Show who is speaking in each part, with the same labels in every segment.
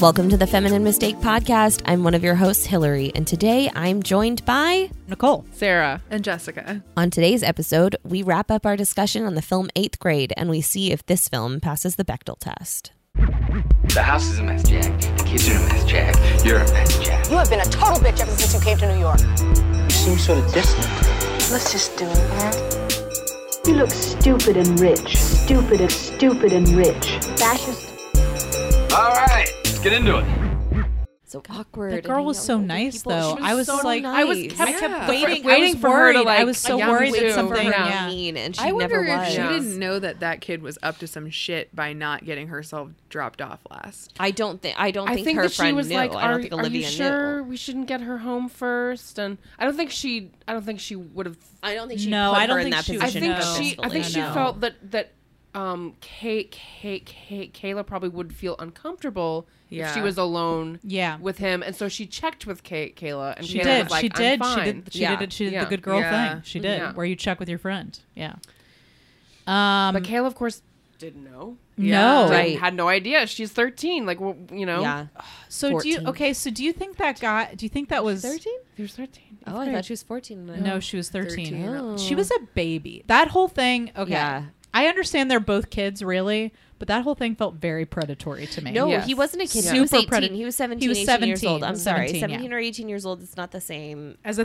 Speaker 1: Welcome to the Feminine Mistake Podcast. I'm one of your hosts, Hillary, and today I'm joined by
Speaker 2: Nicole.
Speaker 3: Sarah.
Speaker 4: And Jessica.
Speaker 1: On today's episode, we wrap up our discussion on the film Eighth Grade and we see if this film passes the Bechtel test.
Speaker 5: The house is a mess, Jack. The kids are a mess, Jack. You're a mess, Jack.
Speaker 6: You have been a total bitch ever since you came to New York.
Speaker 5: You seem sort of distant.
Speaker 6: Let's just do it, man.
Speaker 7: You look stupid and rich. Stupid and stupid and rich.
Speaker 6: Fascist.
Speaker 5: All right, let's get into it.
Speaker 1: So awkward.
Speaker 2: That girl was so nice, though. I was
Speaker 4: so
Speaker 2: like, I was
Speaker 4: nice.
Speaker 2: kept,
Speaker 4: Yeah.
Speaker 2: kept
Speaker 4: For-
Speaker 2: waiting, I
Speaker 3: waiting
Speaker 2: was
Speaker 3: for her
Speaker 2: worried.
Speaker 3: to,
Speaker 2: I
Speaker 3: like,
Speaker 2: was so
Speaker 3: yeah,
Speaker 2: worried
Speaker 3: wait
Speaker 2: that
Speaker 3: for
Speaker 2: something.
Speaker 3: her.
Speaker 2: Yeah.
Speaker 1: mean, and she
Speaker 4: I
Speaker 1: never
Speaker 4: wonder if
Speaker 1: was.
Speaker 4: she
Speaker 3: Yeah.
Speaker 4: didn't know that that kid was up to some shit by not getting herself dropped off last.
Speaker 1: I don't think. I don't
Speaker 3: I
Speaker 1: think,
Speaker 3: think
Speaker 1: her
Speaker 3: that
Speaker 1: friend
Speaker 3: she was
Speaker 1: knew.
Speaker 3: like,
Speaker 1: I
Speaker 3: are,
Speaker 1: don't think
Speaker 3: are
Speaker 1: Olivia
Speaker 3: you sure
Speaker 1: knew.
Speaker 3: we shouldn't get her home first? And I don't think she, I don't think she would have.
Speaker 1: I don't think she.
Speaker 2: No,
Speaker 1: put
Speaker 2: I don't
Speaker 1: her in
Speaker 2: think
Speaker 1: that
Speaker 2: she
Speaker 1: position.
Speaker 2: would
Speaker 3: I think
Speaker 2: know.
Speaker 3: she, I think
Speaker 2: No,
Speaker 3: she
Speaker 2: no.
Speaker 3: felt that that um, Kay, Kay, Kay, Kayla probably would feel uncomfortable if she
Speaker 4: Yeah.
Speaker 3: was alone
Speaker 2: Yeah.
Speaker 3: with him, and so she checked with Kay, Kayla, and
Speaker 2: She
Speaker 3: Kayla
Speaker 2: did.
Speaker 3: was like,
Speaker 2: she
Speaker 3: "I'm
Speaker 2: did. She
Speaker 3: fine."
Speaker 2: did. She
Speaker 1: Yeah.
Speaker 2: did. it. She did
Speaker 3: Yeah.
Speaker 2: the good girl
Speaker 4: Yeah.
Speaker 2: thing. She did.
Speaker 3: Yeah.
Speaker 2: Where you check with your friend. Yeah. Um.
Speaker 3: But Kayla, of course, didn't know.
Speaker 2: no.
Speaker 1: Right.
Speaker 3: Didn't- had Mm-hmm. no idea. She's 13. Like, well, you know.
Speaker 1: Yeah.
Speaker 2: So do
Speaker 1: 14.
Speaker 2: you? Okay. So do you think that guy? Do you think that was
Speaker 3: She was 13.
Speaker 1: Oh, I thought she was fourteen.
Speaker 2: No, she was 13.
Speaker 3: 13. Oh.
Speaker 2: She was a baby. That whole thing, okay.
Speaker 1: Yeah.
Speaker 2: I understand they're both kids, really, but that whole thing felt very predatory to me.
Speaker 1: No,
Speaker 3: Yes.
Speaker 1: he wasn't a kid. He was
Speaker 2: Super
Speaker 1: 18.
Speaker 2: predat-
Speaker 1: he was 17,
Speaker 2: He was
Speaker 1: 18 years
Speaker 2: 17.
Speaker 1: old. I'm
Speaker 2: He was
Speaker 1: sorry.
Speaker 2: 17,
Speaker 1: 17,
Speaker 2: yeah.
Speaker 1: or 18 years old, it's not the same.
Speaker 2: As a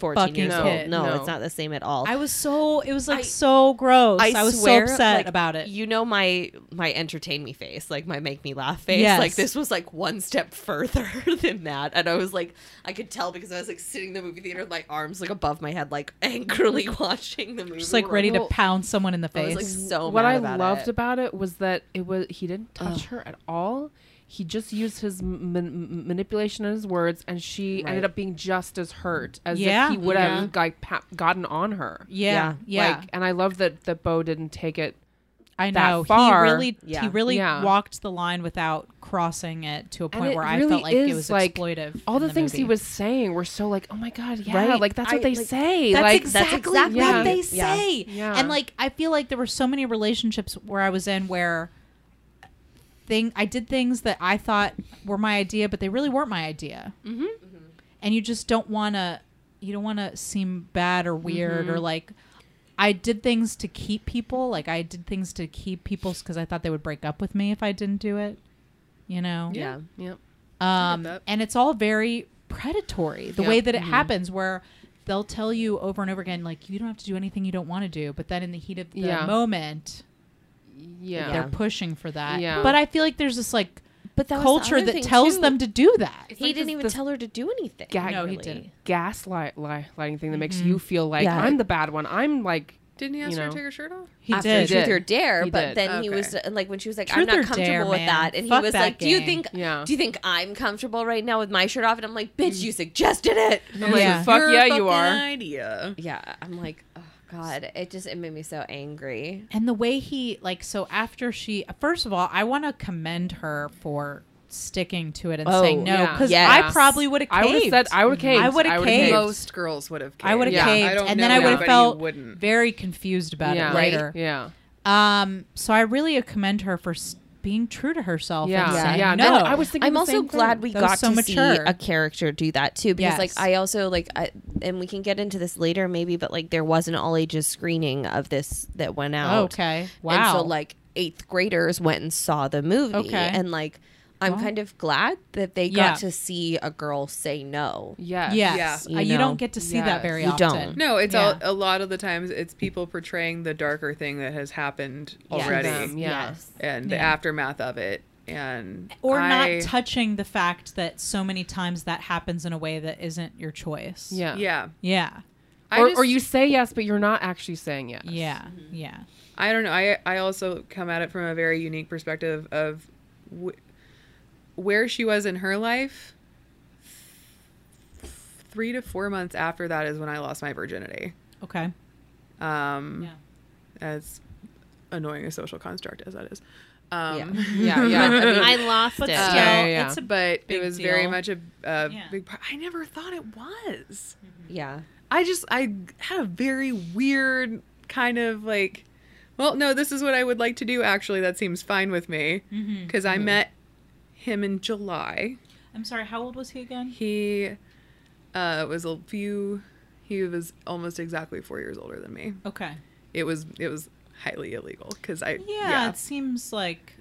Speaker 1: 13, 14
Speaker 2: fucking
Speaker 1: years old.
Speaker 2: kid.
Speaker 1: No,
Speaker 3: No.
Speaker 1: it's not the same at all.
Speaker 2: I was so, it was like
Speaker 1: I-
Speaker 2: so gross. I, was
Speaker 1: swear,
Speaker 2: so upset
Speaker 1: like,
Speaker 2: about it.
Speaker 1: You know my my entertain me face, like my make me laugh face.
Speaker 2: Yes.
Speaker 1: Like this was like one step further than that, and I was like, I could tell because I was like sitting in the movie theater, like arms like above my head, like angrily watching the movie.
Speaker 2: Just like ready to
Speaker 3: Well,
Speaker 2: pound someone in the
Speaker 1: I was
Speaker 2: face.
Speaker 1: like so
Speaker 3: what
Speaker 1: Oh, mad
Speaker 3: I
Speaker 1: about
Speaker 3: loved
Speaker 1: it.
Speaker 3: about it was that it was he didn't touch her at all. He just used his m- man- manipulation and his words, and she ended up being just as hurt as
Speaker 2: Yeah.
Speaker 3: if he would
Speaker 1: Yeah.
Speaker 3: have like pa- gotten on her.
Speaker 2: yeah. Yeah.
Speaker 3: Like, and I love that that Bo didn't take it.
Speaker 2: I
Speaker 3: that
Speaker 2: know.
Speaker 3: far.
Speaker 2: He really,
Speaker 1: Yeah.
Speaker 2: he really
Speaker 3: Yeah.
Speaker 2: walked the line without crossing it to a
Speaker 3: And
Speaker 2: point
Speaker 3: it
Speaker 2: where I
Speaker 3: really
Speaker 2: felt like it
Speaker 3: is,
Speaker 2: was
Speaker 3: like,
Speaker 2: exploitive.
Speaker 3: All
Speaker 2: in
Speaker 3: the, things he
Speaker 2: movie.
Speaker 3: was saying were so like, oh my god, yeah,
Speaker 1: Right.
Speaker 3: like that's
Speaker 1: I-
Speaker 3: what they
Speaker 1: like,
Speaker 3: say.
Speaker 2: That's
Speaker 3: like
Speaker 2: exactly,
Speaker 1: exactly
Speaker 2: what
Speaker 3: Yeah.
Speaker 2: they
Speaker 1: Yeah.
Speaker 2: say.
Speaker 3: Yeah.
Speaker 2: And like I feel like there were so many relationships where I was in where thing I did things that I thought were my idea, but they really weren't my idea. Mm-hmm. And you just don't want to. You don't want to seem bad or weird
Speaker 3: Mm-hmm.
Speaker 2: or like. I did things to keep people. Like I did things to keep people because I thought they would break up with me if I didn't do it. You know.
Speaker 1: yeah.
Speaker 3: Yep.
Speaker 2: Um,
Speaker 3: that. Mm-hmm.
Speaker 2: and it's all very predatory the
Speaker 3: Yeah.
Speaker 2: way that it happens, where they'll tell you over and over again, like, you don't have to do anything you don't want to do. But then in the heat of the
Speaker 3: Yeah.
Speaker 2: moment,
Speaker 3: Yeah.
Speaker 2: they're pushing for that.
Speaker 3: Yeah.
Speaker 2: But I feel like there's this like
Speaker 1: But that was the
Speaker 2: culture
Speaker 1: other
Speaker 2: that
Speaker 1: thing,
Speaker 2: tells
Speaker 1: too.
Speaker 2: them to do that.
Speaker 1: He didn't even tell her to do anything.
Speaker 3: Gag-
Speaker 2: No, he
Speaker 1: really.
Speaker 2: didn't.
Speaker 3: gaslight li- lighting thing that makes you
Speaker 2: Mm-hmm.
Speaker 3: feel like
Speaker 1: Yeah.
Speaker 3: I'm the bad one. I'm like
Speaker 4: Didn't he ask
Speaker 3: You
Speaker 4: her
Speaker 3: know.
Speaker 4: to take her shirt off?
Speaker 2: He
Speaker 1: after
Speaker 2: did.
Speaker 1: Truth
Speaker 3: did.
Speaker 1: or Dare,
Speaker 3: He
Speaker 1: but
Speaker 3: did.
Speaker 1: then he
Speaker 4: Okay.
Speaker 1: was and like when she was like,
Speaker 2: Truth
Speaker 1: "I'm
Speaker 2: or
Speaker 1: not comfortable
Speaker 2: dare,
Speaker 1: with
Speaker 2: man.
Speaker 1: that," and he
Speaker 2: Fuck
Speaker 1: was
Speaker 2: that
Speaker 1: like, "Do you
Speaker 2: game.
Speaker 1: think?
Speaker 3: Yeah.
Speaker 1: Do you think I'm comfortable right now with my shirt off?" And I'm like, "Bitch, you suggested it."
Speaker 3: I'm like,
Speaker 2: Mm. Yeah.
Speaker 3: fuck
Speaker 4: Your
Speaker 3: yeah, you
Speaker 4: fucking
Speaker 3: are.
Speaker 4: Idea.
Speaker 1: Yeah, I'm like, oh god, it just it made me so angry.
Speaker 2: And the way he like so after she first of all, I want to commend her for sticking to it and
Speaker 3: Oh,
Speaker 2: saying no
Speaker 3: yeah.
Speaker 2: because I
Speaker 1: Yes.
Speaker 2: probably would have.
Speaker 3: I would have said I would have caved.
Speaker 2: I would've
Speaker 3: would've
Speaker 2: caved.
Speaker 4: Most girls would have.
Speaker 2: I would have
Speaker 3: Yeah, I
Speaker 2: caved,
Speaker 4: don't
Speaker 2: and
Speaker 4: know
Speaker 2: then I would have
Speaker 4: anybody who
Speaker 2: felt
Speaker 4: wouldn't.
Speaker 2: very confused about
Speaker 3: Yeah.
Speaker 2: it later.
Speaker 3: Yeah.
Speaker 2: Um, so I really commend her for s- being true to herself.
Speaker 3: Yeah.
Speaker 2: and
Speaker 3: Yeah.
Speaker 2: saying,
Speaker 3: Yeah.
Speaker 2: No,
Speaker 3: No, I was thinking
Speaker 1: I'm
Speaker 3: the
Speaker 1: also
Speaker 3: same thing.
Speaker 1: glad we
Speaker 2: That was
Speaker 1: got
Speaker 2: so
Speaker 1: to see
Speaker 2: mature.
Speaker 1: a character do that too because
Speaker 2: Yes.
Speaker 1: like I also like I and we can get into this later maybe but like there was an all ages screening of this that went out.
Speaker 2: Oh, Okay.
Speaker 1: And
Speaker 2: Wow.
Speaker 1: so like eighth graders went and saw the movie
Speaker 2: Okay.
Speaker 1: and like I'm kind of glad that they
Speaker 2: Yeah.
Speaker 1: got to see a girl say no.
Speaker 3: Yeah.
Speaker 2: yes,
Speaker 1: Yeah.
Speaker 2: Uh, you,
Speaker 1: You know.
Speaker 2: don't get to see that
Speaker 3: Yes.
Speaker 2: very
Speaker 1: You
Speaker 2: often.
Speaker 1: don't.
Speaker 4: No, it's
Speaker 2: Yeah.
Speaker 4: all, a lot of the times it's people portraying the darker thing that has happened
Speaker 1: Yes.
Speaker 4: already
Speaker 3: Them, yeah.
Speaker 1: Yes.
Speaker 4: and the
Speaker 2: Yeah.
Speaker 4: aftermath of it. And
Speaker 2: Or
Speaker 4: I-
Speaker 2: not touching the fact that so many times that happens in a way that isn't your choice.
Speaker 3: Yeah.
Speaker 4: Yeah.
Speaker 2: Yeah.
Speaker 4: I
Speaker 3: Or,
Speaker 4: just-
Speaker 3: or you say yes, but you're not actually saying yes.
Speaker 2: Yeah. Yeah.
Speaker 4: I don't know. I I also come at it from a very unique perspective of w- where she was in her life. Three to four months after that is when I lost my virginity.
Speaker 2: Okay.
Speaker 4: Um,
Speaker 2: Yeah.
Speaker 4: As annoying a social construct as that is, um,
Speaker 1: Yeah.
Speaker 3: Yeah. Yeah.
Speaker 1: I lost
Speaker 2: But
Speaker 1: it.
Speaker 2: still,
Speaker 3: yeah, yeah.
Speaker 2: it's a
Speaker 4: but it
Speaker 2: Big
Speaker 4: was very
Speaker 2: deal.
Speaker 4: much a, a
Speaker 2: Yeah.
Speaker 4: big part. I never thought it was.
Speaker 1: yeah.
Speaker 4: I just I had a very weird kind of like, Mm-hmm. well, no, this is what I would like to do. Actually, that seems fine with me because I met him in July.
Speaker 2: I'm sorry, how old was he again?
Speaker 4: He uh, was a few. He was almost exactly four years older than me.
Speaker 2: Okay.
Speaker 4: It was it was highly illegal because I
Speaker 2: Yeah, it seems like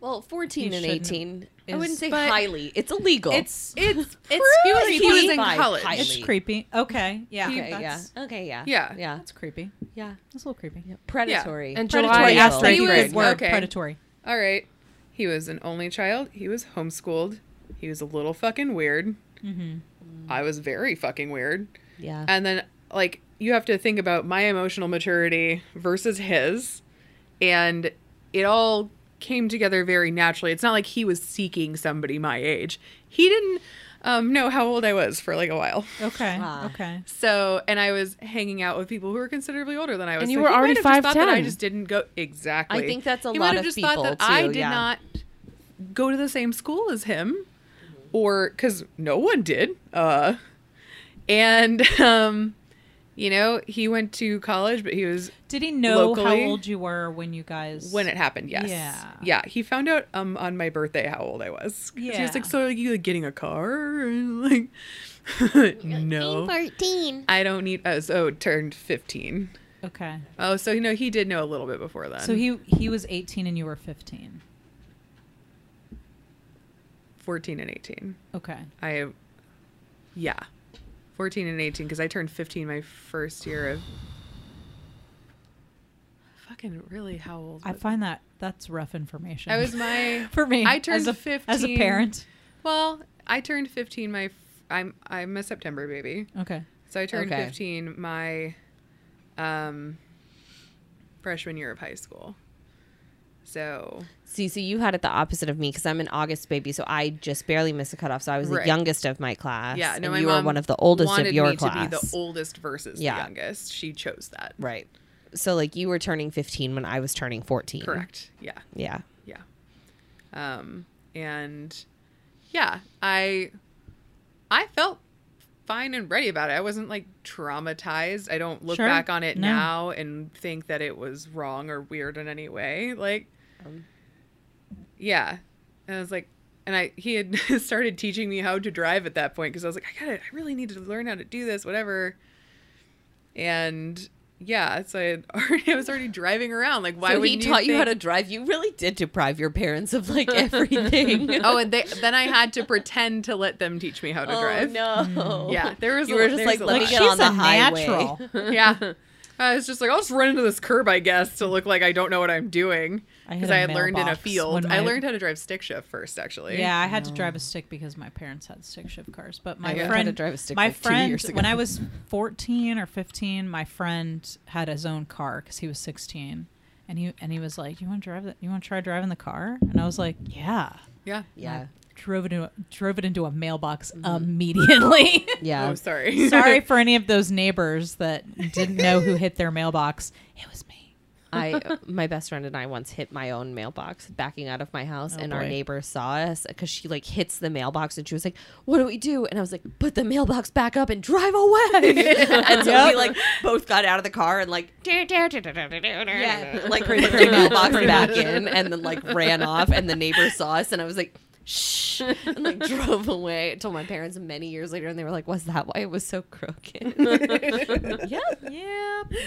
Speaker 1: Well, 14
Speaker 2: You
Speaker 1: and
Speaker 2: shouldn't.
Speaker 1: 18. I
Speaker 2: Is-
Speaker 1: wouldn't say
Speaker 4: but-
Speaker 1: highly. It's illegal.
Speaker 2: it's
Speaker 4: it's
Speaker 1: It's
Speaker 4: he was, he was in
Speaker 1: creepy.
Speaker 4: college.
Speaker 1: Highly.
Speaker 2: it's creepy. Okay, yeah.
Speaker 1: okay, yeah.
Speaker 2: that's,
Speaker 1: Okay, yeah.
Speaker 4: Yeah.
Speaker 1: Yeah.
Speaker 2: That's creepy.
Speaker 1: Yeah.
Speaker 2: That's a little creepy.
Speaker 1: Predatory.
Speaker 3: And July
Speaker 2: Predatory.
Speaker 1: Predatory
Speaker 3: after
Speaker 1: asterisk
Speaker 2: Predatory.
Speaker 4: He
Speaker 3: grade.
Speaker 4: was-
Speaker 2: word,
Speaker 4: okay.
Speaker 2: predatory.
Speaker 4: All right. He was an only child. He was homeschooled. He was a little fucking weird. Mm-hmm. I was very fucking weird.
Speaker 1: Yeah.
Speaker 4: And then, like, you have to think about my emotional maturity versus his. And it all came together very naturally. It's not like he was seeking somebody my age. He didn't um, know how old I was for like a while.
Speaker 2: Okay.
Speaker 1: Ah.
Speaker 2: Okay.
Speaker 4: So, and I was hanging out with people who were considerably older than I was.
Speaker 3: And you
Speaker 4: So
Speaker 3: were
Speaker 4: he might
Speaker 3: already
Speaker 4: have just thought that I
Speaker 3: 5'10".
Speaker 4: just didn't go exactly.
Speaker 1: I think that's a
Speaker 4: he
Speaker 1: lot
Speaker 4: might have
Speaker 1: of
Speaker 4: just
Speaker 1: people,
Speaker 4: thought that I
Speaker 1: too,
Speaker 4: did
Speaker 1: yeah.
Speaker 4: not go to the same school as him, or because no one did. Uh, and um, you know, he went to college, but he was
Speaker 2: Did he know
Speaker 4: Locally?
Speaker 2: how old you were when you guys
Speaker 4: when it happened. Yes,
Speaker 2: Yeah.
Speaker 4: yeah. He found out um on my birthday how old I was. 'Cause he
Speaker 2: Yeah.
Speaker 4: was like, so are you like getting a car? And like, no,
Speaker 6: 14.
Speaker 4: I don't need. Oh, so turned fifteen.
Speaker 2: Okay.
Speaker 4: Oh, so you know he did know a little bit before then.
Speaker 2: So he he was 18 and you were 15.
Speaker 4: fourteen and eighteen.
Speaker 2: Okay.
Speaker 4: I, yeah, fourteen and eighteen because I turned fifteen my first year of. Fucking really, how old?
Speaker 2: I
Speaker 4: was-
Speaker 2: find that that's rough information.
Speaker 4: I was my
Speaker 2: for me.
Speaker 4: I turned
Speaker 2: as a, as a
Speaker 4: 15.
Speaker 2: parent.
Speaker 4: well. I turned fifteen. My f- I'm I'm a September baby,
Speaker 2: Okay.
Speaker 4: so I turned
Speaker 1: Okay.
Speaker 4: fifteen my, um, freshman year of high school. So
Speaker 1: See, so you had it the opposite of me because I'm an August baby, so I just barely missed the cutoff. So I was
Speaker 4: Right.
Speaker 1: the youngest of my class.
Speaker 4: yeah, no,
Speaker 1: and
Speaker 4: my
Speaker 1: you
Speaker 4: mom
Speaker 1: were one of the oldest
Speaker 4: wanted
Speaker 1: of your
Speaker 4: me
Speaker 1: class.
Speaker 4: to be the oldest versus
Speaker 1: Yeah.
Speaker 4: the youngest. She chose that.
Speaker 1: right. So like you were turning 15 when I was turning 14.
Speaker 4: Correct. Yeah.
Speaker 1: Yeah.
Speaker 4: Yeah. Um, and yeah, I I felt fine and ready about it. I wasn't like traumatized. I don't look
Speaker 2: Sure.
Speaker 4: back on it
Speaker 2: No.
Speaker 4: now and think that it was wrong or weird in any way. Like Yeah. And I was like and I he had started teaching me how to drive at that point because I was like I got to I really need to learn how to do this whatever. And yeah, so I had already I was already driving around. Like why
Speaker 1: so
Speaker 4: would
Speaker 1: he taught you how
Speaker 4: think-
Speaker 1: to drive. You really did deprive your parents of like everything.
Speaker 4: oh, and they, then I had to pretend to let them teach me how to
Speaker 1: Oh,
Speaker 4: drive.
Speaker 1: no.
Speaker 4: Yeah, there was.
Speaker 1: You
Speaker 4: a,
Speaker 1: were just
Speaker 4: there's
Speaker 1: like,
Speaker 4: a
Speaker 1: let me
Speaker 4: lot.
Speaker 1: get on the highway.
Speaker 4: yeah. I was just like, I'll just run into this curb, I guess, to look like I don't know what I'm doing
Speaker 2: I hit
Speaker 4: because
Speaker 2: a
Speaker 4: I, had learned in a
Speaker 2: mailbox
Speaker 4: field.
Speaker 2: when my-
Speaker 4: I learned how to drive stick shift first, actually.
Speaker 2: Yeah, I had to drive a stick because my parents had stick shift cars. But my
Speaker 1: learned how
Speaker 2: friend,
Speaker 1: to drive a stick
Speaker 2: my
Speaker 1: like two
Speaker 2: friend,
Speaker 1: years ago.
Speaker 2: when I was fourteen or fifteen, my friend had his own car because he was sixteen, and he and he was like, "You want to drive that? You want to try driving the car?" And I was like, "Yeah."
Speaker 4: Yeah.
Speaker 1: Yeah.
Speaker 2: Drove it into drove it into a mailbox
Speaker 1: Mm-hmm.
Speaker 2: immediately.
Speaker 1: Yeah.
Speaker 4: Oh, sorry.
Speaker 2: Sorry for any of those neighbors that didn't know who hit their mailbox. It was me.
Speaker 1: I my best friend and I once hit my own mailbox backing out of my house
Speaker 4: Oh,
Speaker 1: and our
Speaker 2: boy.
Speaker 1: neighbor saw us cuz she like hits the mailbox and she was like, "What do we do?" And I was like, "Put the mailbox back up and drive away." and so we like both got out of the car and like yeah, like put the mailbox back in and then like ran off and the neighbor saw us and I was like Shh, and like drove away. I told my parents many years later, and they were like, "Was that why it was so crooked?" yeah,
Speaker 2: Yeah.
Speaker 4: I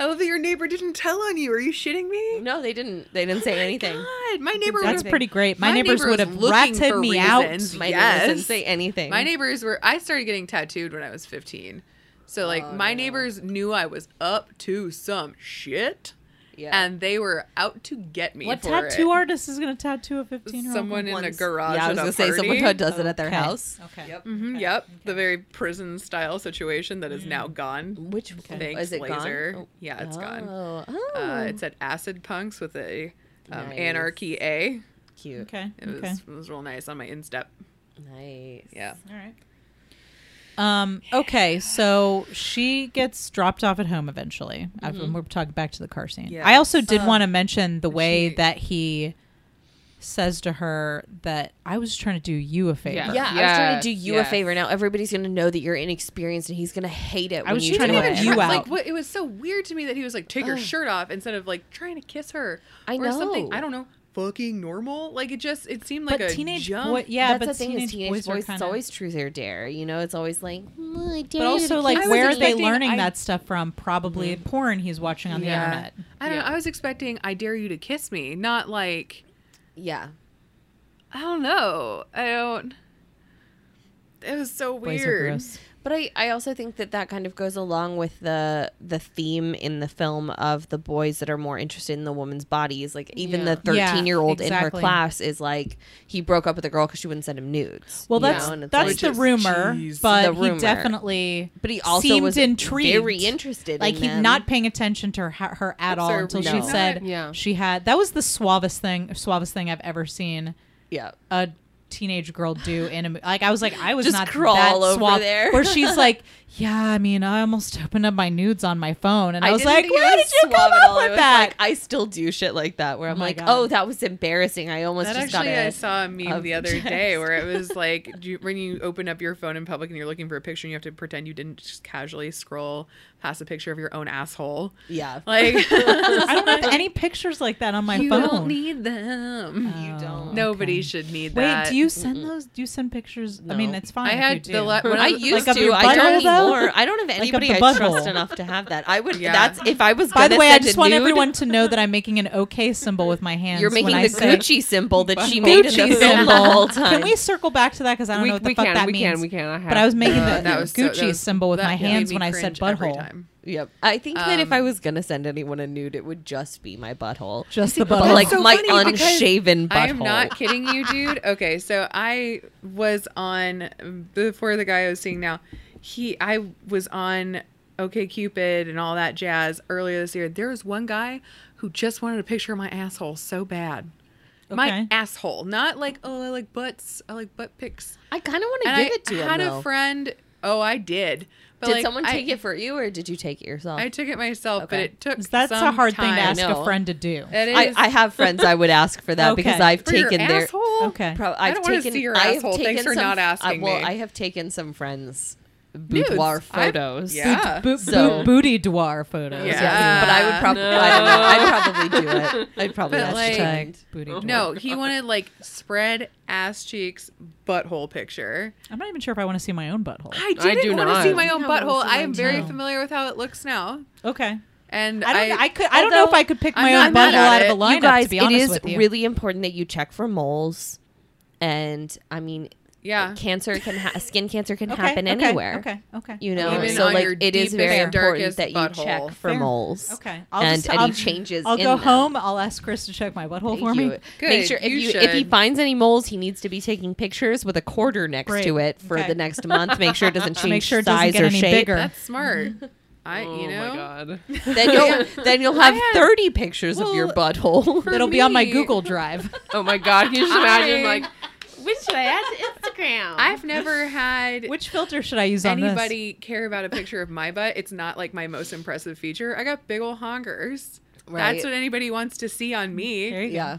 Speaker 4: love Oh, that your neighbor didn't tell on you. Are you shitting me?
Speaker 1: no, they didn't. They didn't say anything.
Speaker 4: God, my neighbor.
Speaker 2: Mm-hmm. That's
Speaker 4: would've-
Speaker 2: pretty great. My, neighbors
Speaker 4: neighbor
Speaker 2: would
Speaker 4: was
Speaker 2: have
Speaker 4: looking
Speaker 2: ratted
Speaker 4: for
Speaker 2: me
Speaker 4: reasons.
Speaker 2: out.
Speaker 1: My
Speaker 4: Yes.
Speaker 1: neighbors didn't say anything.
Speaker 4: My neighbors were. I started getting tattooed when I was 15. So, like,
Speaker 1: Oh,
Speaker 4: my neighbors knew I was up to some shit.
Speaker 1: Yeah.
Speaker 4: And they were out to get me.
Speaker 2: What
Speaker 4: for
Speaker 2: tattoo
Speaker 4: it.
Speaker 2: artist is going to tattoo a 15 year old?
Speaker 4: Someone in a
Speaker 1: Once-
Speaker 4: garage.
Speaker 1: Yeah, I
Speaker 4: at
Speaker 1: was
Speaker 4: a
Speaker 1: gonna say someone
Speaker 4: party.
Speaker 1: who does it at their house.
Speaker 2: Okay.
Speaker 4: Mhm, Yep, the very prison style situation that is now gone.
Speaker 1: Which Oh,
Speaker 4: Thanks,
Speaker 1: Mm. is it
Speaker 4: laser.
Speaker 1: gone?
Speaker 4: Yeah, it's gone.
Speaker 1: Oh, oh,
Speaker 4: Uh, it's at Acid Punks with a um,
Speaker 1: Nice.
Speaker 4: Anarchy A.
Speaker 1: cute.
Speaker 2: Okay.
Speaker 4: It was,
Speaker 2: okay.
Speaker 4: it was real nice on my instep.
Speaker 1: Nice.
Speaker 4: Yeah.
Speaker 2: All right. Um, okay, so she gets dropped off at home eventually. After
Speaker 4: Mm-hmm.
Speaker 2: We're talking back to the car scene. I also did want to mention the way
Speaker 4: Um, she-
Speaker 2: that he says to her that I was trying to do you a favor.
Speaker 3: Yeah.
Speaker 1: Yeah, I was trying to do
Speaker 3: Yes,
Speaker 1: you a
Speaker 3: yes.
Speaker 1: favor. Now everybody's gonna know that you're inexperienced, and he's gonna hate it.
Speaker 2: I was
Speaker 1: when you
Speaker 2: trying to
Speaker 1: do
Speaker 2: help
Speaker 1: it.
Speaker 2: you
Speaker 4: Like,
Speaker 2: out. Oh.
Speaker 4: what, it was so weird to me that he was like, take her shirt off instead of like trying to kiss her
Speaker 1: I
Speaker 4: or something.
Speaker 1: know.
Speaker 4: I don't know. fucking normal? Like it just it seemed like
Speaker 2: but
Speaker 4: a
Speaker 2: teenage
Speaker 4: jump.
Speaker 2: boy, yeah,
Speaker 1: That's
Speaker 2: but
Speaker 1: the thing
Speaker 2: teenage,
Speaker 1: is teenage
Speaker 2: boys,
Speaker 1: boys,
Speaker 2: are kind
Speaker 1: it's
Speaker 2: of.
Speaker 1: always truth or dare. You know, it's always like. "Mm, I
Speaker 2: but
Speaker 1: dated
Speaker 2: also,
Speaker 1: a
Speaker 2: like,
Speaker 1: kid."
Speaker 4: was
Speaker 2: where are they
Speaker 4: expecting-
Speaker 2: learning
Speaker 4: I-
Speaker 2: that stuff from? Probably
Speaker 4: Mm-hmm.
Speaker 2: porn he's watching on the
Speaker 4: Yeah.
Speaker 2: internet.
Speaker 4: I don't
Speaker 3: Yeah.
Speaker 4: know. I was expecting I dare you to kiss me, not like
Speaker 1: Yeah.
Speaker 4: I don't know. I don't it was so
Speaker 2: Boys
Speaker 4: weird.
Speaker 2: are gross.
Speaker 1: But I, I also think that that kind of goes along with the the theme in the film of the boys that are more interested in the woman's bodies. Like even the
Speaker 2: Yeah. Yeah,
Speaker 1: thirteen year old in her
Speaker 2: exactly.
Speaker 1: class is like he broke up with a girl because she wouldn't send him nudes.
Speaker 2: Well,
Speaker 1: you know?
Speaker 2: that's
Speaker 1: And it's
Speaker 2: that's
Speaker 1: like-
Speaker 2: the
Speaker 4: is-
Speaker 2: rumor,
Speaker 4: Jeez.
Speaker 2: but
Speaker 1: The rumor.
Speaker 2: he definitely
Speaker 1: But he also
Speaker 2: seemed
Speaker 1: was
Speaker 2: intrigued,
Speaker 1: very interested.
Speaker 2: Like
Speaker 1: in
Speaker 2: he's
Speaker 1: them.
Speaker 2: not paying attention to her, her at all
Speaker 4: her
Speaker 2: until she
Speaker 1: reason.
Speaker 2: said
Speaker 3: Yeah.
Speaker 2: she had. That was the suavest thing, suavest thing I've ever seen
Speaker 1: Yeah.
Speaker 2: a teenage girl do in a mo- like I was like I was
Speaker 1: Just
Speaker 2: not
Speaker 1: crawl
Speaker 2: that
Speaker 1: over
Speaker 2: suave,
Speaker 1: there.
Speaker 2: where she's like yeah I mean I almost opened up my nudes on my phone and I, was
Speaker 1: didn't
Speaker 2: like
Speaker 1: think it
Speaker 2: where did
Speaker 1: was
Speaker 2: you
Speaker 1: suave
Speaker 2: come
Speaker 1: at
Speaker 2: up
Speaker 1: all. I
Speaker 2: with
Speaker 1: was
Speaker 2: that
Speaker 1: like, I still do shit like that where I'm
Speaker 2: my
Speaker 1: like,
Speaker 2: God.
Speaker 1: oh, that was embarrassing. I almost
Speaker 4: That
Speaker 1: just
Speaker 4: actually,
Speaker 1: got a
Speaker 4: I saw a meme
Speaker 1: of
Speaker 4: the other
Speaker 1: text.
Speaker 4: day where it was like, do you, when you open up your phone in public and you're looking for a picture, and you have to pretend you didn't just casually scroll past a picture of your own asshole.
Speaker 1: yeah.
Speaker 4: Like,
Speaker 2: I don't have any pictures like that on my
Speaker 4: you
Speaker 2: phone
Speaker 4: don't need them.
Speaker 2: You don't.
Speaker 4: Nobody
Speaker 2: okay.
Speaker 4: should need that.
Speaker 2: wait do you send those do you send pictures I mean
Speaker 1: No.
Speaker 2: it's fine
Speaker 4: I
Speaker 2: if
Speaker 4: had
Speaker 2: you do.
Speaker 4: the la- when
Speaker 1: When I
Speaker 4: I-
Speaker 1: used
Speaker 2: like, up
Speaker 1: to,
Speaker 2: your
Speaker 1: I don't
Speaker 2: butthole, though?
Speaker 1: anymore. I don't have
Speaker 2: up
Speaker 1: anybody
Speaker 2: the
Speaker 1: I trust
Speaker 2: butthole.
Speaker 1: enough to have that. I would.
Speaker 4: Yeah.
Speaker 1: That's if I was.
Speaker 2: by the
Speaker 1: gonna
Speaker 2: way I
Speaker 1: send
Speaker 2: just
Speaker 1: a
Speaker 2: want
Speaker 1: nude,
Speaker 2: everyone to know that I'm making an okay symbol with my hands
Speaker 1: You're making
Speaker 2: when
Speaker 1: the
Speaker 2: I say
Speaker 1: Gucci symbol that she made in
Speaker 2: Gucci
Speaker 1: the film the
Speaker 2: symbol.
Speaker 1: whole time.
Speaker 2: Can we circle back to that? Because I don't
Speaker 3: We-
Speaker 2: know what the
Speaker 3: we
Speaker 2: fuck
Speaker 3: can,
Speaker 2: that
Speaker 3: we
Speaker 2: means.
Speaker 3: can, we can. I
Speaker 2: But I
Speaker 3: have-
Speaker 2: was making
Speaker 4: Uh,
Speaker 2: the
Speaker 4: that was so-
Speaker 2: Gucci
Speaker 4: that was-
Speaker 2: symbol with
Speaker 4: that
Speaker 2: my
Speaker 4: made
Speaker 2: hands
Speaker 4: me
Speaker 2: when I said
Speaker 4: cringe every
Speaker 2: butthole.
Speaker 4: time.
Speaker 1: Yep. I think that if
Speaker 4: Um,
Speaker 1: I was gonna send anyone a nude, it would just be my butthole.
Speaker 2: Just the
Speaker 1: but
Speaker 2: butthole.
Speaker 1: like
Speaker 4: so
Speaker 1: my
Speaker 4: funny because
Speaker 1: unshaven butthole.
Speaker 4: I am not kidding you, dude. Okay, so I was on before the guy I was seeing now. He, I was on OK Cupid and all that jazz earlier this year. There was one guy who just wanted a picture of my asshole so bad.
Speaker 2: Okay.
Speaker 4: My asshole, not like oh, I like butts. I like butt pics.
Speaker 1: I kind of want to
Speaker 4: And
Speaker 1: give
Speaker 4: I
Speaker 1: it to him.
Speaker 4: had
Speaker 1: though.
Speaker 4: a friend. Oh, I did. But
Speaker 1: Did
Speaker 4: like,
Speaker 1: someone
Speaker 4: I-
Speaker 1: take it for you, or did you take it yourself?
Speaker 4: I took it myself, but
Speaker 1: Okay.
Speaker 4: it took.
Speaker 2: That's a
Speaker 4: some
Speaker 2: hard thing to
Speaker 4: time.
Speaker 2: ask a
Speaker 1: No.
Speaker 2: friend to do.
Speaker 4: It
Speaker 1: I,
Speaker 4: is-
Speaker 1: I have friends I would ask for that
Speaker 2: Okay.
Speaker 1: because I've
Speaker 4: For your
Speaker 1: taken their
Speaker 4: asshole?
Speaker 2: Okay.
Speaker 1: Pro-
Speaker 4: I
Speaker 1: I've
Speaker 4: don't wanna
Speaker 1: taken
Speaker 4: see your
Speaker 1: I have
Speaker 4: asshole.
Speaker 1: taken
Speaker 4: Thanks for
Speaker 1: some-
Speaker 4: not asking
Speaker 1: I, well,
Speaker 4: me.
Speaker 1: I have taken some friends
Speaker 4: Nudes.
Speaker 1: boudoir
Speaker 4: I've-
Speaker 1: photos.
Speaker 4: Yeah.
Speaker 2: Bo-
Speaker 1: So-
Speaker 2: bo- booty dwar photos.
Speaker 4: Yeah.
Speaker 1: Yeah, Uh, but I would probably I'd probably do it. I'd probably Oh.
Speaker 4: But,
Speaker 1: ask
Speaker 4: like-
Speaker 1: you
Speaker 2: Hashtag
Speaker 1: to-
Speaker 2: booty dwar.
Speaker 4: No, he wanted like spread ass cheeks butthole picture.
Speaker 2: I'm not even sure if I want to see my own butthole.
Speaker 4: I
Speaker 3: I
Speaker 4: didn't
Speaker 3: do
Speaker 4: want to
Speaker 3: not.
Speaker 4: see my own
Speaker 1: No, I
Speaker 4: butthole.
Speaker 1: wanna see
Speaker 4: I am
Speaker 1: mine
Speaker 4: very
Speaker 2: too.
Speaker 4: familiar with how it looks now,
Speaker 2: Okay.
Speaker 4: and
Speaker 2: I don't. I,
Speaker 4: I,
Speaker 2: could. I don't know if
Speaker 1: although-
Speaker 2: I could pick
Speaker 4: I'm
Speaker 2: my
Speaker 4: not
Speaker 2: own
Speaker 4: mad
Speaker 2: butthole
Speaker 4: at
Speaker 2: out of
Speaker 4: it.
Speaker 2: a
Speaker 4: You
Speaker 2: lineup.
Speaker 1: You guys,
Speaker 2: to be
Speaker 1: it
Speaker 2: honest
Speaker 1: is
Speaker 2: with you,
Speaker 1: really important that you check for moles, and I mean,
Speaker 4: yeah,
Speaker 1: cancer can ha- skin cancer can
Speaker 2: Okay,
Speaker 1: happen
Speaker 2: okay,
Speaker 1: anywhere.
Speaker 2: Okay. Okay.
Speaker 1: You know,
Speaker 4: Even
Speaker 1: so
Speaker 4: on
Speaker 1: like
Speaker 4: your
Speaker 1: it is
Speaker 4: deepest,
Speaker 1: very important
Speaker 4: darkest
Speaker 1: that you
Speaker 4: butthole.
Speaker 1: check for
Speaker 2: Fair.
Speaker 1: moles.
Speaker 2: Okay.
Speaker 1: and any
Speaker 2: I'll-
Speaker 1: changes.
Speaker 2: I'll
Speaker 1: in
Speaker 2: go
Speaker 1: them.
Speaker 2: home. I'll ask Chris to check my butthole for
Speaker 1: you.
Speaker 2: me.
Speaker 1: Make
Speaker 4: Good,
Speaker 1: sure if
Speaker 4: you
Speaker 1: you, if he
Speaker 4: should.
Speaker 1: finds any moles, he needs to be taking pictures with a quarter next
Speaker 2: Great.
Speaker 1: to it for
Speaker 2: Okay.
Speaker 1: the next month. Make sure it doesn't change
Speaker 2: Make sure it doesn't
Speaker 1: size
Speaker 2: get
Speaker 1: or
Speaker 2: any
Speaker 1: shape.
Speaker 2: bigger.
Speaker 4: that's smart. I,
Speaker 3: Oh
Speaker 4: you know,
Speaker 3: my god.
Speaker 1: Then you'll then you'll have
Speaker 4: had-
Speaker 1: thirty pictures of your butthole.
Speaker 4: for
Speaker 2: It'll be on my
Speaker 4: me-
Speaker 2: Google Drive.
Speaker 3: Oh my god. Can you just imagine
Speaker 4: I-
Speaker 3: like
Speaker 8: Which should I add to Instagram?
Speaker 4: I've never had
Speaker 2: Which filter should I use on this?
Speaker 4: anybody care about a picture of my butt. It's not like my most impressive feature. I got big ol' honkers.
Speaker 1: Right.
Speaker 4: That's what anybody wants to see on
Speaker 2: There
Speaker 4: me.
Speaker 2: you go.
Speaker 1: yeah,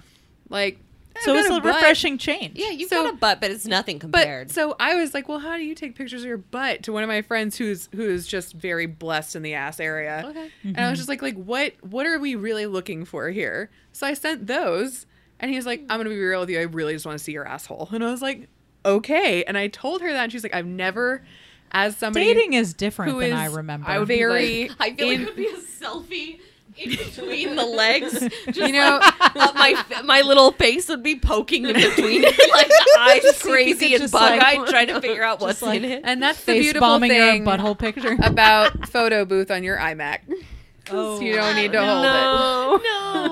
Speaker 4: Like, I've
Speaker 2: So
Speaker 4: got
Speaker 2: it's a
Speaker 4: butt.
Speaker 2: refreshing change.
Speaker 1: yeah, you've
Speaker 4: So-
Speaker 1: got a butt, but it's nothing
Speaker 4: But
Speaker 1: compared.
Speaker 4: so I was like, well, how do you take pictures of your butt? To one of my friends who's who's just very blessed in the ass area. Okay. And
Speaker 2: Mm-hmm.
Speaker 4: I was just like, like what what are we really looking for here? So I sent those, and he was like, I'm gonna be real with you. I really just want to see your asshole. And I was like, okay. And I told her that, and she's like, I've never, as somebody
Speaker 2: Dating is different
Speaker 4: who
Speaker 2: than
Speaker 4: is
Speaker 2: I remember.
Speaker 4: I would very
Speaker 1: I feel like
Speaker 4: in-
Speaker 1: it would be a selfie in between the legs. Just
Speaker 4: you know.
Speaker 1: uh, my my little face would be poking in between, like eyes
Speaker 2: Just so you could
Speaker 1: crazy and
Speaker 2: just,
Speaker 1: bug
Speaker 2: like-
Speaker 1: eyed, trying to figure out what's
Speaker 2: like-
Speaker 1: in it.
Speaker 4: and that's the
Speaker 2: face
Speaker 4: beautiful
Speaker 2: bombing
Speaker 4: thing
Speaker 2: your butthole picture.
Speaker 4: about photo booth on your iMac. 'Cause you don't need to hold
Speaker 3: no?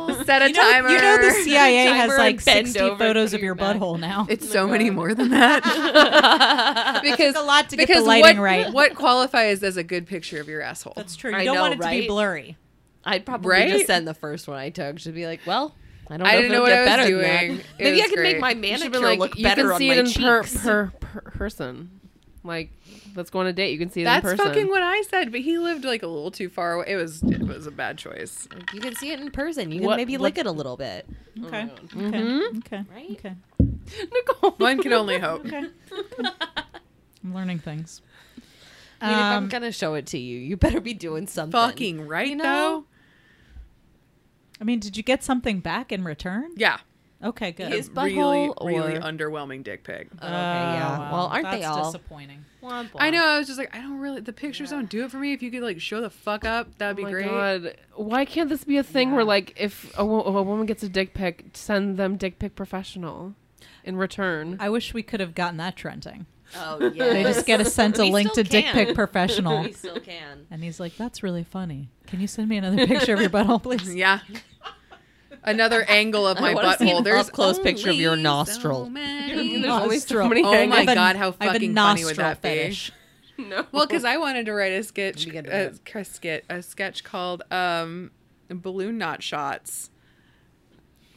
Speaker 4: it. Set a
Speaker 2: Oh, you know,
Speaker 4: timer.
Speaker 2: you know the CIA
Speaker 1: Timer
Speaker 2: has
Speaker 1: and
Speaker 2: like
Speaker 1: bend
Speaker 2: 60
Speaker 1: over and
Speaker 2: photos
Speaker 1: put
Speaker 2: of
Speaker 1: it
Speaker 2: your
Speaker 1: back.
Speaker 2: butthole now.
Speaker 4: It's so many more than that. because
Speaker 2: a lot to get the
Speaker 4: because
Speaker 2: lighting
Speaker 4: what,
Speaker 2: right.
Speaker 4: What qualifies as a good picture of your asshole?
Speaker 2: That's true. You
Speaker 1: I
Speaker 2: don't
Speaker 1: know,
Speaker 2: want it to be
Speaker 1: right?
Speaker 2: blurry.
Speaker 1: I'd probably
Speaker 4: Right?
Speaker 1: just send the first one I took. She'd be like, "Well, I don't know,
Speaker 4: I
Speaker 1: if
Speaker 4: didn't
Speaker 1: it'll
Speaker 4: know what
Speaker 1: get
Speaker 4: I was
Speaker 1: better than
Speaker 4: doing.
Speaker 1: that.
Speaker 4: It
Speaker 1: Maybe I
Speaker 4: was
Speaker 1: could
Speaker 4: great.
Speaker 1: make my
Speaker 3: You
Speaker 1: manicure
Speaker 3: should be like
Speaker 1: look
Speaker 3: you
Speaker 1: better
Speaker 3: can
Speaker 1: on
Speaker 3: see
Speaker 1: my
Speaker 3: it in per,
Speaker 1: cheeks."
Speaker 3: per, per person. Like let's go on a date. You can see it
Speaker 4: That's
Speaker 3: in person.
Speaker 4: fucking what I said, but he lived like a little too far away. It was it was a bad choice.
Speaker 1: you can see it in person. You can
Speaker 3: What-
Speaker 1: maybe
Speaker 3: what-
Speaker 1: lick it a little bit.
Speaker 2: Okay.
Speaker 1: Mm-hmm.
Speaker 2: Okay. Okay. Okay.
Speaker 3: Nicole.
Speaker 4: One can only hope.
Speaker 2: Okay. I'm learning things.
Speaker 1: I mean, if I'm
Speaker 2: Um,
Speaker 1: gonna show it to you, you better be doing something.
Speaker 4: Fucking right
Speaker 1: You know?
Speaker 4: though.
Speaker 2: I mean, did you get something back in return?
Speaker 4: Yeah.
Speaker 2: Okay, good.
Speaker 1: His
Speaker 4: really,
Speaker 1: butthole
Speaker 4: really
Speaker 1: or-
Speaker 4: underwhelming dick pig.
Speaker 1: Oh, okay, yeah.
Speaker 2: wow.
Speaker 1: Well, aren't they
Speaker 2: That's
Speaker 1: all?
Speaker 2: disappointing?
Speaker 8: Womp
Speaker 4: I
Speaker 8: womp.
Speaker 4: know. I was just like, I don't really. The pictures don't do it for me. If you could like show the fuck up, that'd be
Speaker 3: Oh my
Speaker 4: great.
Speaker 3: god why can't this be a thing where like if a, wo- a woman gets a dick pic send them dick pic professional in return
Speaker 2: I wish we could have gotten that trending.
Speaker 1: Oh yeah.
Speaker 2: They just get to send a
Speaker 1: We
Speaker 2: link to
Speaker 1: still
Speaker 2: dick
Speaker 1: can.
Speaker 2: pic professional,
Speaker 1: We still can.
Speaker 2: and he's like, "That's really funny. Can you send me another picture of your butthole, please?"
Speaker 4: Yeah. Another angle of my
Speaker 1: I wanna see
Speaker 4: butthole.
Speaker 1: an
Speaker 4: There's
Speaker 1: up close picture of your
Speaker 4: only
Speaker 1: nostril.
Speaker 4: so many.
Speaker 3: There's only so
Speaker 2: Nostril.
Speaker 3: many
Speaker 4: Oh my
Speaker 2: I have a-
Speaker 4: God, how
Speaker 2: I have a
Speaker 4: fucking funny would
Speaker 2: nostril
Speaker 4: that be?
Speaker 2: fetish.
Speaker 3: no
Speaker 4: Well, because I wanted to write a sketch,
Speaker 1: Be good to
Speaker 4: a, a skit, a sketch called um, "Balloon Knot Shots"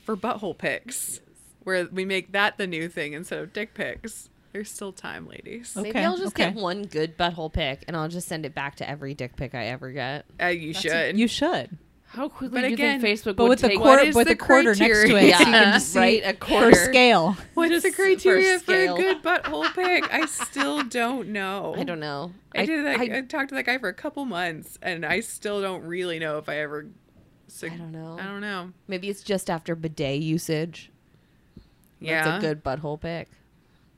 Speaker 4: for butthole pics, where we make that the new thing instead of dick pics. There's still time, ladies.
Speaker 1: Maybe
Speaker 2: Okay,
Speaker 1: I'll just
Speaker 2: okay.
Speaker 1: get one good butthole pic, and I'll just send it back to every dick pic I ever get.
Speaker 4: Uh, you should.
Speaker 2: You should,
Speaker 3: how quickly
Speaker 4: But
Speaker 3: do
Speaker 4: again,
Speaker 3: you think facebook
Speaker 2: but
Speaker 3: would
Speaker 2: with the
Speaker 3: take
Speaker 4: quar-
Speaker 2: quarter,
Speaker 4: is
Speaker 2: with
Speaker 4: the
Speaker 2: the quarter next to it,
Speaker 4: criteria?
Speaker 2: so you
Speaker 1: Yeah.
Speaker 2: can see
Speaker 1: Right, a
Speaker 2: for
Speaker 1: quarter.
Speaker 2: scale.
Speaker 4: What's the
Speaker 1: Just for
Speaker 4: criteria for, a
Speaker 1: scale.
Speaker 4: good butthole pic? I still don't know.
Speaker 1: I don't know.
Speaker 4: I, did uh that. I,
Speaker 1: I,
Speaker 4: talked to that guy for a couple months, and I still don't really know if I ever. sug-
Speaker 1: I don't know.
Speaker 4: I don't know.
Speaker 1: maybe it's just after bidet usage.
Speaker 4: Yeah,
Speaker 1: That's a good butthole pic.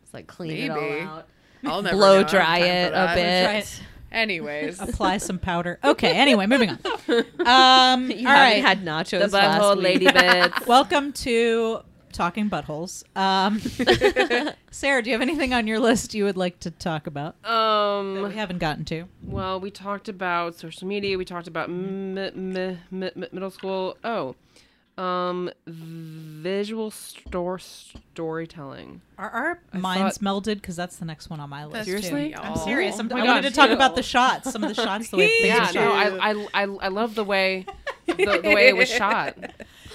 Speaker 1: It's like clean it all
Speaker 4: Maybe.
Speaker 1: out,
Speaker 4: I'll never know. I
Speaker 1: blow
Speaker 4: don't have
Speaker 1: dry
Speaker 4: time
Speaker 1: it
Speaker 4: for
Speaker 1: a
Speaker 4: that.
Speaker 1: bit.
Speaker 4: Anyways,
Speaker 2: apply some powder. Okay. Anyway, moving on. Um,
Speaker 1: You
Speaker 2: all
Speaker 1: haven't
Speaker 2: right.
Speaker 1: had nachos
Speaker 3: the
Speaker 1: last
Speaker 3: butthole
Speaker 1: week.
Speaker 3: lady bits
Speaker 2: Welcome to talking buttholes. Um, Sarah, do you have anything on your list you would like to talk about that we
Speaker 3: um
Speaker 2: haven't gotten to?
Speaker 3: well we talked about social media we talked about m- m- m- m- middle school oh um visual store storytelling
Speaker 2: Are our minds melded? Because that's the next one on my list. too.
Speaker 3: Seriously?
Speaker 2: I'm serious. I'm,
Speaker 3: Oh my
Speaker 2: I wanted to
Speaker 3: gosh.
Speaker 2: talk about the shots. Some of the shots, the way things
Speaker 3: yeah
Speaker 2: are shot.
Speaker 3: no I, I i i love the way the, the way it was shot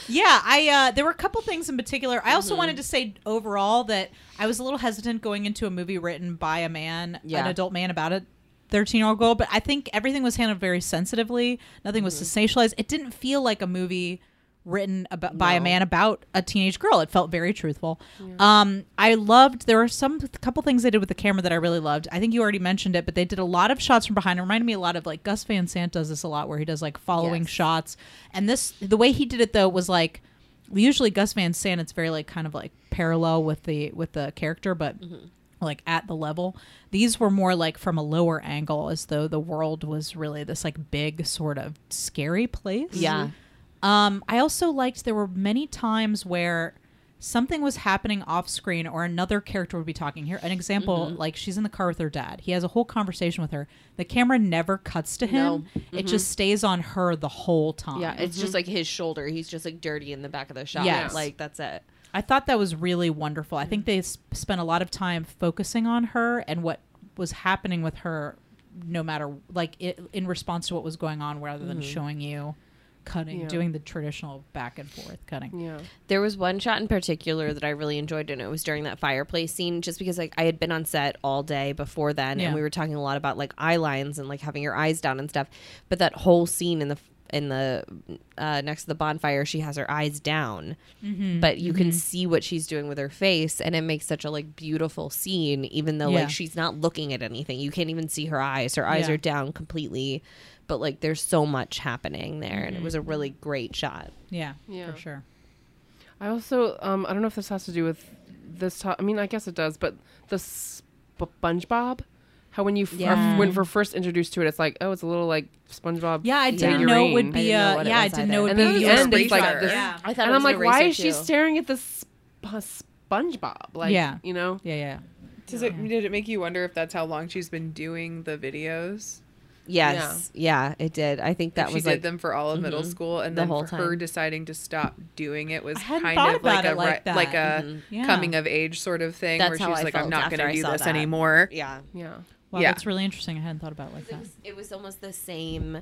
Speaker 2: Yeah, I uh, there were a couple things in particular. I
Speaker 1: Mm-hmm.
Speaker 2: also wanted to say overall that I was a little hesitant going into a movie written by a man, an
Speaker 1: Yeah.
Speaker 2: adult man about a 13 year old girl, but I think everything was handled very sensitively. Nothing was
Speaker 1: Mm-hmm.
Speaker 2: sensationalized. It didn't feel like a movie written about by a man about a teenage girl. It felt very truthful. Um, I loved there were some a couple things they did with the camera that I really loved. I think you already mentioned it, but they did a lot of shots from behind. It reminded me a lot of like Gus Van Sant does this a lot where he does like following
Speaker 1: Yes.
Speaker 2: shots. And this the way he did it though was like usually Gus Van Sant it's very like kind of like parallel with the with the character but like at the level. These were more like from a lower angle as though the world was really this like big sort of scary place.
Speaker 1: Yeah.
Speaker 2: Um, I also liked there were many times where something was happening off screen or another character would be talking. Here, an example like she's in the car with her dad. He has a whole conversation with her. The camera never cuts to him, it just stays on her the whole time.
Speaker 1: Yeah, it's just like his shoulder. He's just like dirty in the back of the shot.
Speaker 2: Yes.
Speaker 1: Like that's it.
Speaker 2: I thought that was really wonderful. I think they s- spent a lot of time focusing on her and what was happening with her, no matter like it, in response to what was going on, rather than showing you cutting,
Speaker 3: Yeah.
Speaker 2: doing the traditional back and forth cutting.
Speaker 3: yeah
Speaker 1: There was one shot in particular that I really enjoyed, and it was during that fireplace scene, just because like I had been on set all day before then,
Speaker 2: Yeah.
Speaker 1: and we were talking a lot about like eye lines and like having your eyes down and stuff. But that whole scene in the in the uh, next to the bonfire, she has her eyes down,
Speaker 3: Mm-hmm.
Speaker 1: but you can see what she's doing with her face, and it makes such a like beautiful scene, even though
Speaker 2: Yeah.
Speaker 1: like she's not looking at anything. You can't even see her eyes; her eyes
Speaker 2: Yeah.
Speaker 1: are down completely. But like, there's so much happening there,
Speaker 3: Mm-hmm.
Speaker 1: and it was a really great shot.
Speaker 2: Yeah,
Speaker 3: Yeah.
Speaker 2: for sure.
Speaker 3: I also um I don't know if this has to do with this. To- I mean, I guess it does, but the SpongeBob, how when you f-
Speaker 1: Yeah.
Speaker 3: are, when we're first introduced to it, it's like oh, it's a little like SpongeBob.
Speaker 2: Yeah, I didn't
Speaker 1: Yeah.
Speaker 2: know it
Speaker 3: figurine.
Speaker 2: would
Speaker 1: I
Speaker 2: be
Speaker 1: didn't know
Speaker 2: a.
Speaker 1: what it
Speaker 2: Yeah, I
Speaker 1: was
Speaker 2: didn't
Speaker 1: either.
Speaker 2: know it would
Speaker 3: And
Speaker 2: be
Speaker 3: then the
Speaker 2: a
Speaker 3: end, it's
Speaker 2: space
Speaker 3: like
Speaker 2: shot.
Speaker 3: this-
Speaker 2: Yeah.
Speaker 1: I thought
Speaker 3: and
Speaker 1: it
Speaker 3: I'm
Speaker 1: was an
Speaker 3: like, why
Speaker 1: eraser,
Speaker 3: is she
Speaker 1: too.
Speaker 3: staring at this sp- uh, SpongeBob? Like,
Speaker 2: Yeah.
Speaker 3: you know,
Speaker 2: yeah, yeah,
Speaker 4: Does it, did it make you wonder if that's how long she's been doing the videos?
Speaker 1: Yes. Yeah, it did. I think that
Speaker 4: she
Speaker 1: was
Speaker 4: did
Speaker 1: like mm-hmm.
Speaker 4: them for all of middle school, and
Speaker 1: The
Speaker 4: then
Speaker 1: whole
Speaker 4: for her
Speaker 1: time.
Speaker 4: deciding to stop doing it was
Speaker 2: I hadn't
Speaker 4: kind
Speaker 2: thought
Speaker 4: of like
Speaker 2: about
Speaker 4: a
Speaker 2: it like
Speaker 4: re- like
Speaker 2: that. Mm-hmm.
Speaker 4: a
Speaker 2: Yeah.
Speaker 4: coming of age sort of thing,
Speaker 1: That's
Speaker 4: where
Speaker 1: how
Speaker 4: she's
Speaker 1: I
Speaker 4: like, "I'm
Speaker 1: felt
Speaker 4: not going
Speaker 1: after
Speaker 4: to
Speaker 1: I
Speaker 4: do
Speaker 1: saw
Speaker 4: this
Speaker 1: that.
Speaker 4: anymore."
Speaker 1: yeah.
Speaker 3: yeah.
Speaker 2: Wow,
Speaker 4: Yeah.
Speaker 2: that's really interesting. I hadn't thought about it like
Speaker 1: It
Speaker 2: that.
Speaker 1: was, it was almost the same